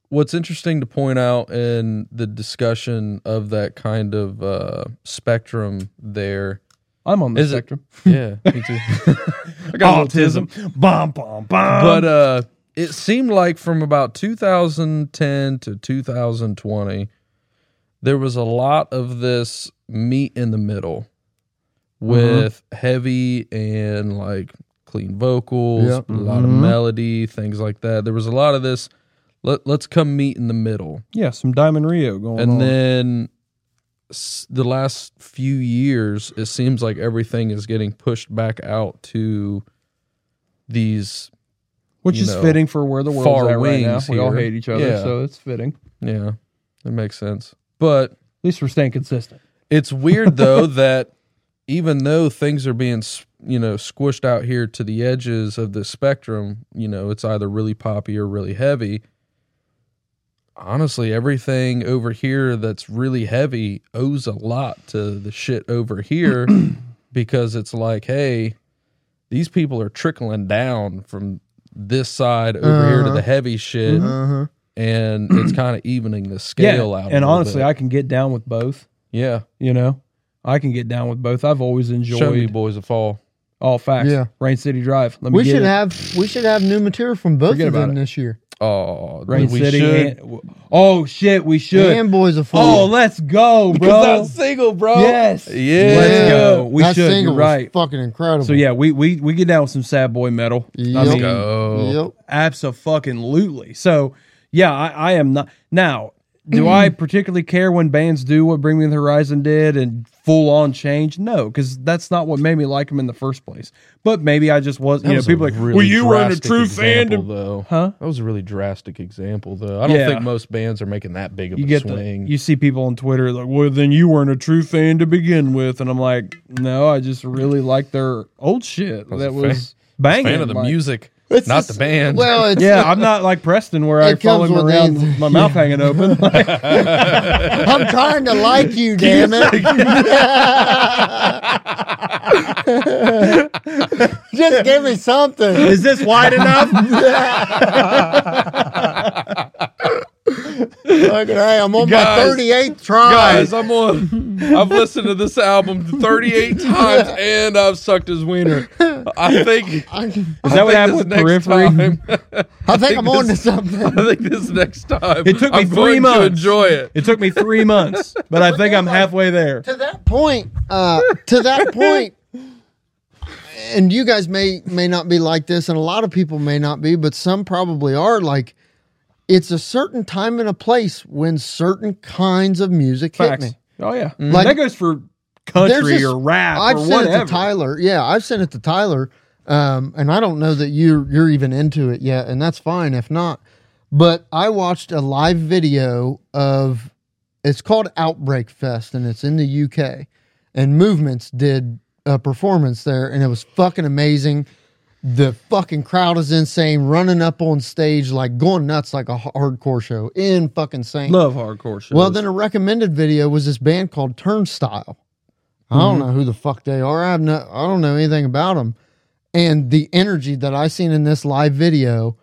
S3: what's interesting to point out in the discussion of that kind of uh, spectrum there
S1: I'm on the
S3: Is it-
S1: spectrum.
S3: yeah me too I got
S1: Autism. Bom, bom, bom.
S3: but uh it seemed like from about 2010 to 2020 there was a lot of this meat in the middle with heavy and like clean vocals
S2: Yep.
S3: a lot of
S2: Mhm.
S3: melody things like that there was a lot of this let, let's come meet in the middle
S1: yeah, some Diamond Rio going
S3: and
S1: on.
S3: then s- the last few years it seems like everything is getting pushed back out to these
S1: Which
S3: you
S1: is
S3: know,
S1: fitting for where the world's
S3: far
S1: at right now.
S3: wings
S1: We all
S3: here.
S1: hate each other,
S3: Yeah.
S1: so it's fitting. At
S3: Yeah, that makes sense. But
S1: least we're staying consistent.
S3: it's weird
S2: *laughs*
S3: though that even though things are being s- you know squished out here to the edges of the spectrum, you know it's either really poppy or really heavy. Honestly, everything over here that's really heavy owes a lot to the shit over
S2: *clears throat*
S3: here because it's like, hey, these people are trickling down from this side over here to
S2: Uh-huh.
S3: the heavy shit,
S2: Uh-huh.
S3: and
S1: *clears throat*
S3: it's kind of evening the scale out. a
S1: and
S3: little
S1: honestly,
S3: bit.
S1: I can get down with both.
S3: yeah.
S1: You know, I can get down with both. I've always
S3: Show me
S1: enjoyed
S3: boys of fall.
S1: all facts.
S2: Yeah.
S1: Rain City Drive. Let me
S2: We
S1: get
S2: should
S1: it.
S2: have we should have new material from both
S1: Forget
S2: of
S1: about
S2: them
S1: it.
S2: this year.
S3: Oh,
S1: Rain
S3: we
S1: City.
S3: should.
S1: and- w- oh shit, we should.
S2: And boys of
S1: oh,
S2: Fall.
S1: let's go,
S3: Because
S1: bro.
S3: I'm single, bro.
S1: Yes.
S3: Yeah.
S1: Let's go. We
S2: that
S1: should.
S2: Single
S1: You're right.
S2: Was fucking incredible.
S1: So yeah, we we we get down with some sad boy metal.
S2: Yep.
S1: I
S3: Let's
S1: mean,
S3: go.
S2: Yep.
S1: Absolutely. So, yeah, I, I am not. Now, do
S3: *clears throat*
S1: I particularly care when bands do what Bring Me the Horizon did and full on change? No, because that's not what made me like them in the first place. But maybe I just was.
S3: That
S1: You know,
S3: was a
S1: people are like,
S3: really
S1: well, you were in a
S3: drastic
S1: true fan.
S3: example,
S1: to-"
S3: though.
S1: Huh?
S3: That was a really drastic example, though. I don't
S1: Yeah.
S3: think most bands are making that big of
S1: You
S3: a
S1: get the,
S3: swing.
S1: you see people on Twitter like, well, then you weren't a true fan to begin with, and I'm like, no, I just really like their old shit
S3: was a
S1: that
S3: fan-
S1: was banging.
S3: fan of the
S1: like-
S3: music,
S2: It's
S3: not
S2: just-
S3: the band. *laughs*
S2: Well,
S1: *laughs*
S2: it's,
S1: Yeah, I'm not like Preston where I
S2: It
S1: follow
S2: comes
S1: him
S2: with
S1: around,
S2: the-
S1: with my mouth hanging
S2: *laughs*
S1: open.
S2: I'm trying to like
S1: *laughs*
S2: you, damn it. *laughs* Just give me something.
S1: Is this wide
S2: *laughs*
S1: enough?
S2: Fucking hey, I'm on
S3: Guys.
S2: my 38th try.
S3: Guys,
S1: *laughs*
S3: I'm on. I've listened to this album
S2: *laughs*
S3: 38 times, and I've sucked his wiener. I think.
S2: I,
S1: Is that what
S3: I
S1: happened
S3: think
S1: with
S3: this next
S1: Periphery? *laughs*
S3: time-
S2: I think I'm on to
S3: this-
S2: something.
S3: *laughs* I think this next time.
S1: It took me
S3: I'm
S1: three
S3: going to
S1: months.
S3: enjoy it.
S1: *laughs* It took me three months, but I think I'm halfway there.
S2: to that point, uh, to that point, and you guys may may not be like this, and a lot of people may not be, but some probably are. Like, it's a certain time and a place when certain kinds of music hit
S1: Facts.
S2: me.
S1: Oh yeah,
S2: Like-
S1: that goes for country
S2: There's this-
S1: or rap
S2: I've
S1: or
S2: sent
S1: whatever.
S2: it to Tyler. Yeah, I've sent it to Tyler, um, and I don't know that you're you're even into it yet, and that's fine if not. But I watched a live video of it's called Outbreak Fest, and it's in the UK, and Movements did a performance there, and it was fucking amazing. The fucking crowd is insane, running up on stage like going nuts, like a hardcore show in fucking Saint.
S1: Love hardcore shows.
S2: Well, then a recommended video was this band called Turnstile. I don't know who the fuck they are. I have no, I don't know anything about them. And the energy that I seen in this live video,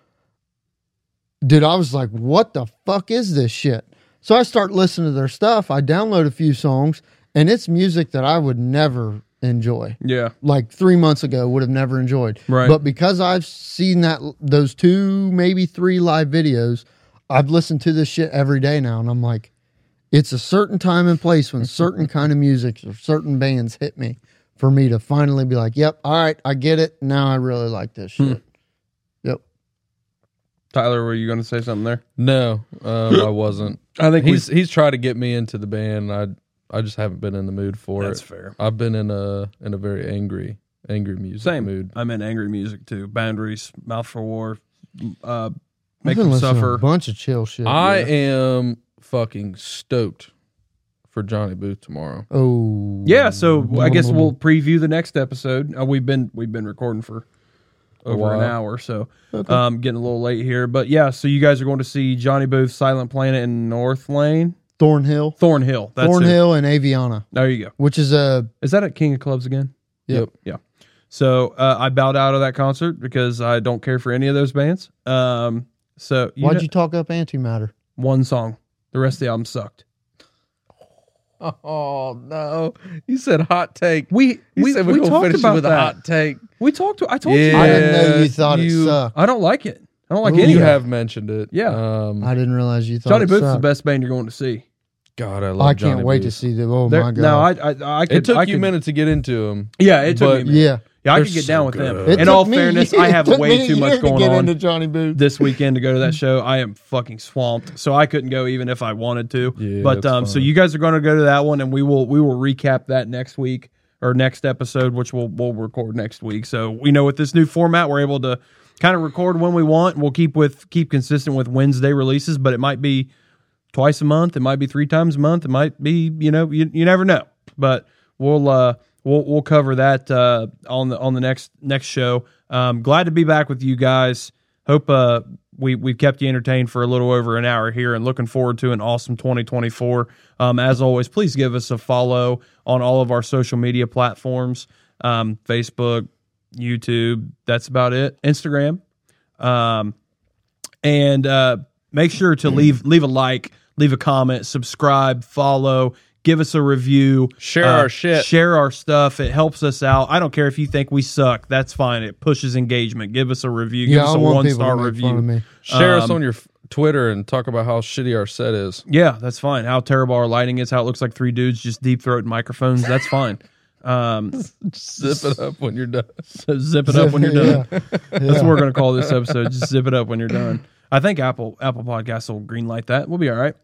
S2: dude, I was like, what the fuck is this shit? So I start listening to their stuff. I download a few songs, and it's music that I would never enjoy.
S1: yeah,
S2: Like three months ago, would have never enjoyed.
S1: Right.
S2: But because I've seen that those two, maybe three live videos, I've listened to this shit every day now, and I'm like, it's a certain time and place
S1: *laughs*
S2: when certain kind of music or certain bands hit me for me to finally be like, yep, all right, I get it. Now I really like this
S1: Hmm.
S2: shit. Yep.
S1: Tyler, were you going to say something there?
S3: No, um,
S1: *laughs*
S3: I wasn't.
S1: I think
S3: He's he's tried to get me into the band. and I I just haven't been in the mood for
S1: that's
S3: it.
S1: fair.
S3: I've been in a in a very angry angry music
S1: Same
S3: mood.
S1: I'm in angry music too. Boundaries, mouth for war, uh,
S2: I've
S1: make
S2: been
S1: them
S2: listening to
S1: suffer.
S2: A bunch of chill shit.
S3: I
S2: yeah.
S3: am fucking stoked for Johnny Booth tomorrow.
S2: oh
S1: Yeah, so I guess we'll preview the next episode. Uh, we've been we've been recording for over
S3: while.
S1: an hour, so um, getting a little late here. But yeah, so you guys are going to see Johnny Booth, Silent Planet, and North Lane,
S2: Thornhill,
S1: Thornhill. That's Thornhill.
S2: Thornhill, and Aviana,
S1: There you go.
S2: which is a
S1: Is that at King of Clubs again?
S2: Yep.
S1: Yeah. So uh, I bowed out of that concert because I don't care for any of those bands. Um, So you
S2: Why'd
S1: know-
S2: you talk up antimatter?
S1: one song. The rest of the album sucked.
S3: *laughs* Oh no! You said hot take.
S1: We
S3: You
S1: we,
S3: said
S1: we
S3: gonna
S1: talked
S3: finish it
S1: about
S3: with
S1: that.
S3: a hot take.
S1: We talked. I told
S2: I
S1: you.
S2: didn't know you
S3: Yes,
S2: thought
S3: you-
S2: it sucked.
S1: I don't like it. I don't like
S2: Ooh.
S1: any.
S3: You
S1: of it.
S3: have mentioned it.
S1: Yeah.
S3: Um,
S2: I didn't realize you thought
S1: Johnny
S2: it
S1: Booth's the
S2: sucked.
S1: best band you're going to see.
S3: God, I love.
S2: I can't
S3: Johnny
S2: wait
S3: B.
S2: to see the. Oh
S1: There-
S2: my god!
S1: No, I I, I could.
S3: It took
S1: I
S3: you a
S1: could-
S3: minute to get into him.
S1: Yeah, it took
S3: but-
S1: me. a minute.
S2: yeah.
S1: Yeah, I
S3: They're
S1: could get
S3: so
S1: down with
S3: good.
S1: them.
S3: It
S1: In all
S2: *laughs*
S1: fairness, I have way too much going on
S2: into Johnny
S1: *laughs*
S2: Booth.
S1: this weekend to go to that show. I am fucking swamped, so I couldn't go even if I wanted to.
S3: Yeah,
S1: but
S3: that's
S1: um, so
S3: fine.
S1: you guys are going to go to that one, and we will we will recap that next week or next episode, which we'll we'll record next week. So we know with this new format, we're able to kind of record when we want. We'll keep with keep consistent with Wednesday releases, but it might be twice a month. It might be three times a month. It might be you know you, you never know. But we'll uh we'll we'll cover that uh on the on the next next show. Um, glad to be back with you guys. Hope uh we we've kept you entertained for a little over an hour here, and looking forward to an awesome 2024. Um, as always, please give us a follow on all of our social media platforms: um, Facebook, YouTube. That's about it. Instagram. Um, and uh, make sure to leave leave a like, leave a comment, subscribe, follow, give us a review, uh,
S3: Share our shit.
S1: share our stuff. It helps us out. I don't care if you think we suck. That's fine. It pushes engagement. Give us a review. Give
S2: Yeah,
S1: us
S2: I
S1: a
S2: want
S1: one
S2: people to
S1: star
S2: make fun of
S1: review.
S2: me.
S3: Share us
S1: Um,
S3: on your f- Twitter and talk about how shitty our
S1: *laughs*
S3: set is.
S1: Yeah, that's fine. How terrible our lighting is. How it looks like three dudes just deep throating microphones. That's fine. Um, *laughs*
S3: Zip it up when you're done.
S1: so zip it up when you're done.
S2: Yeah.
S1: That's what we're gonna call this episode. Just zip it up when you're done. I think Apple Apple Podcasts will greenlight that. We'll be all right.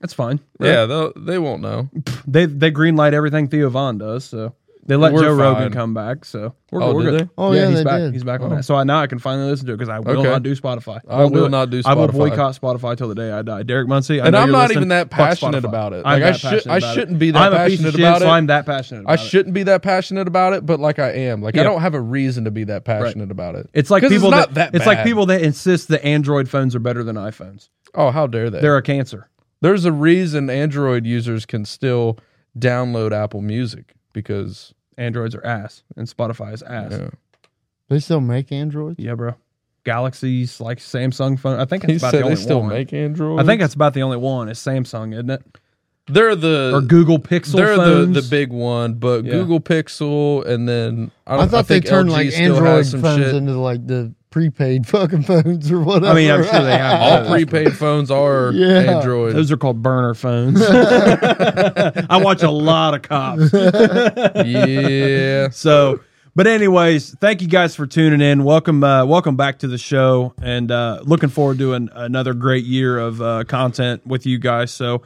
S1: That's fine. right?
S3: Yeah, they'll- they won't know.
S1: they they greenlight everything Theo Von does. So they let
S3: We're
S1: Joe Rogan
S3: fine.
S1: come back. So we're,
S3: Oh,
S1: we're
S3: did
S1: good.
S3: they?
S2: Oh, yeah,
S1: he's
S2: they
S1: back.
S2: did.
S1: He's back on that. So I, now I can finally listen to it because I will
S3: Okay.
S1: not do Spotify.
S3: I
S1: Won't
S3: will
S1: it.
S3: not do
S1: I will
S3: Spotify.
S1: boycott Spotify till the day I die. Derek Muncie, I
S3: And
S1: know
S3: I'm
S1: you're
S3: not
S1: listening.
S3: even that
S1: Fuck
S3: passionate
S1: Spotify.
S3: about it.
S1: I'm
S3: Like, I
S1: that
S3: should-
S1: passionate
S3: I
S1: about
S3: shouldn't be that
S1: I'm a piece
S3: passionate
S1: of shit,
S3: about
S1: so
S3: it.
S1: I'm that passionate. About
S3: I
S1: it.
S3: shouldn't be that passionate about it, but like I am. Like
S1: Yeah.
S3: I don't have a reason to be that passionate about it.
S1: It's like
S3: 'Cause
S1: people
S3: not
S1: that,
S3: that
S1: it's like
S3: bad.
S1: people that insist that Android phones are better than iPhones.
S3: Oh, how dare they?
S1: They're a cancer.
S3: There's a reason Android users can still download Apple Music because
S1: Androids are ass, and Spotify is ass. Yeah,
S3: yeah.
S2: They still make androids.
S1: bro. Galaxies like Samsung phone. I think
S3: he
S1: that's about
S3: said
S1: the
S3: they
S1: only
S3: still
S1: one.
S3: make Android.
S1: I think that's about the only one is Samsung, isn't it?
S3: they're the
S1: Or Google Pixel
S3: Uh, they're
S1: phones.
S3: the the big one, but
S1: Yeah.
S3: Google Pixel and then I,
S2: I
S3: don't,
S2: thought they
S3: think
S2: turned
S3: LG
S2: like
S3: still
S2: Android
S3: has some
S2: phones
S3: shit.
S2: into like the prepaid *laughs* fucking phones or whatever.
S1: mean, I'm sure they have
S3: All
S1: those.
S3: prepaid phones are
S2: Yeah.
S3: Android.
S1: Those are called burner
S3: *laughs*
S1: phones. *laughs* I watch a lot of cops.
S3: yeah.
S1: So, but anyways, thank you guys for tuning in. Welcome, uh, welcome back to the show, and uh, looking forward to an, another great year of uh, content with you guys. So,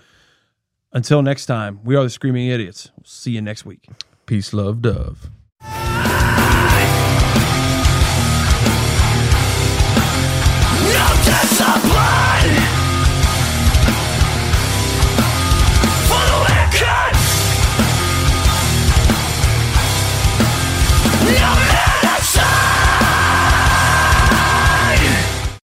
S1: until next time, we are the Screaming Idiots. See you next week.
S3: Peace, love, dove.
S4: No discipline for the wicked. No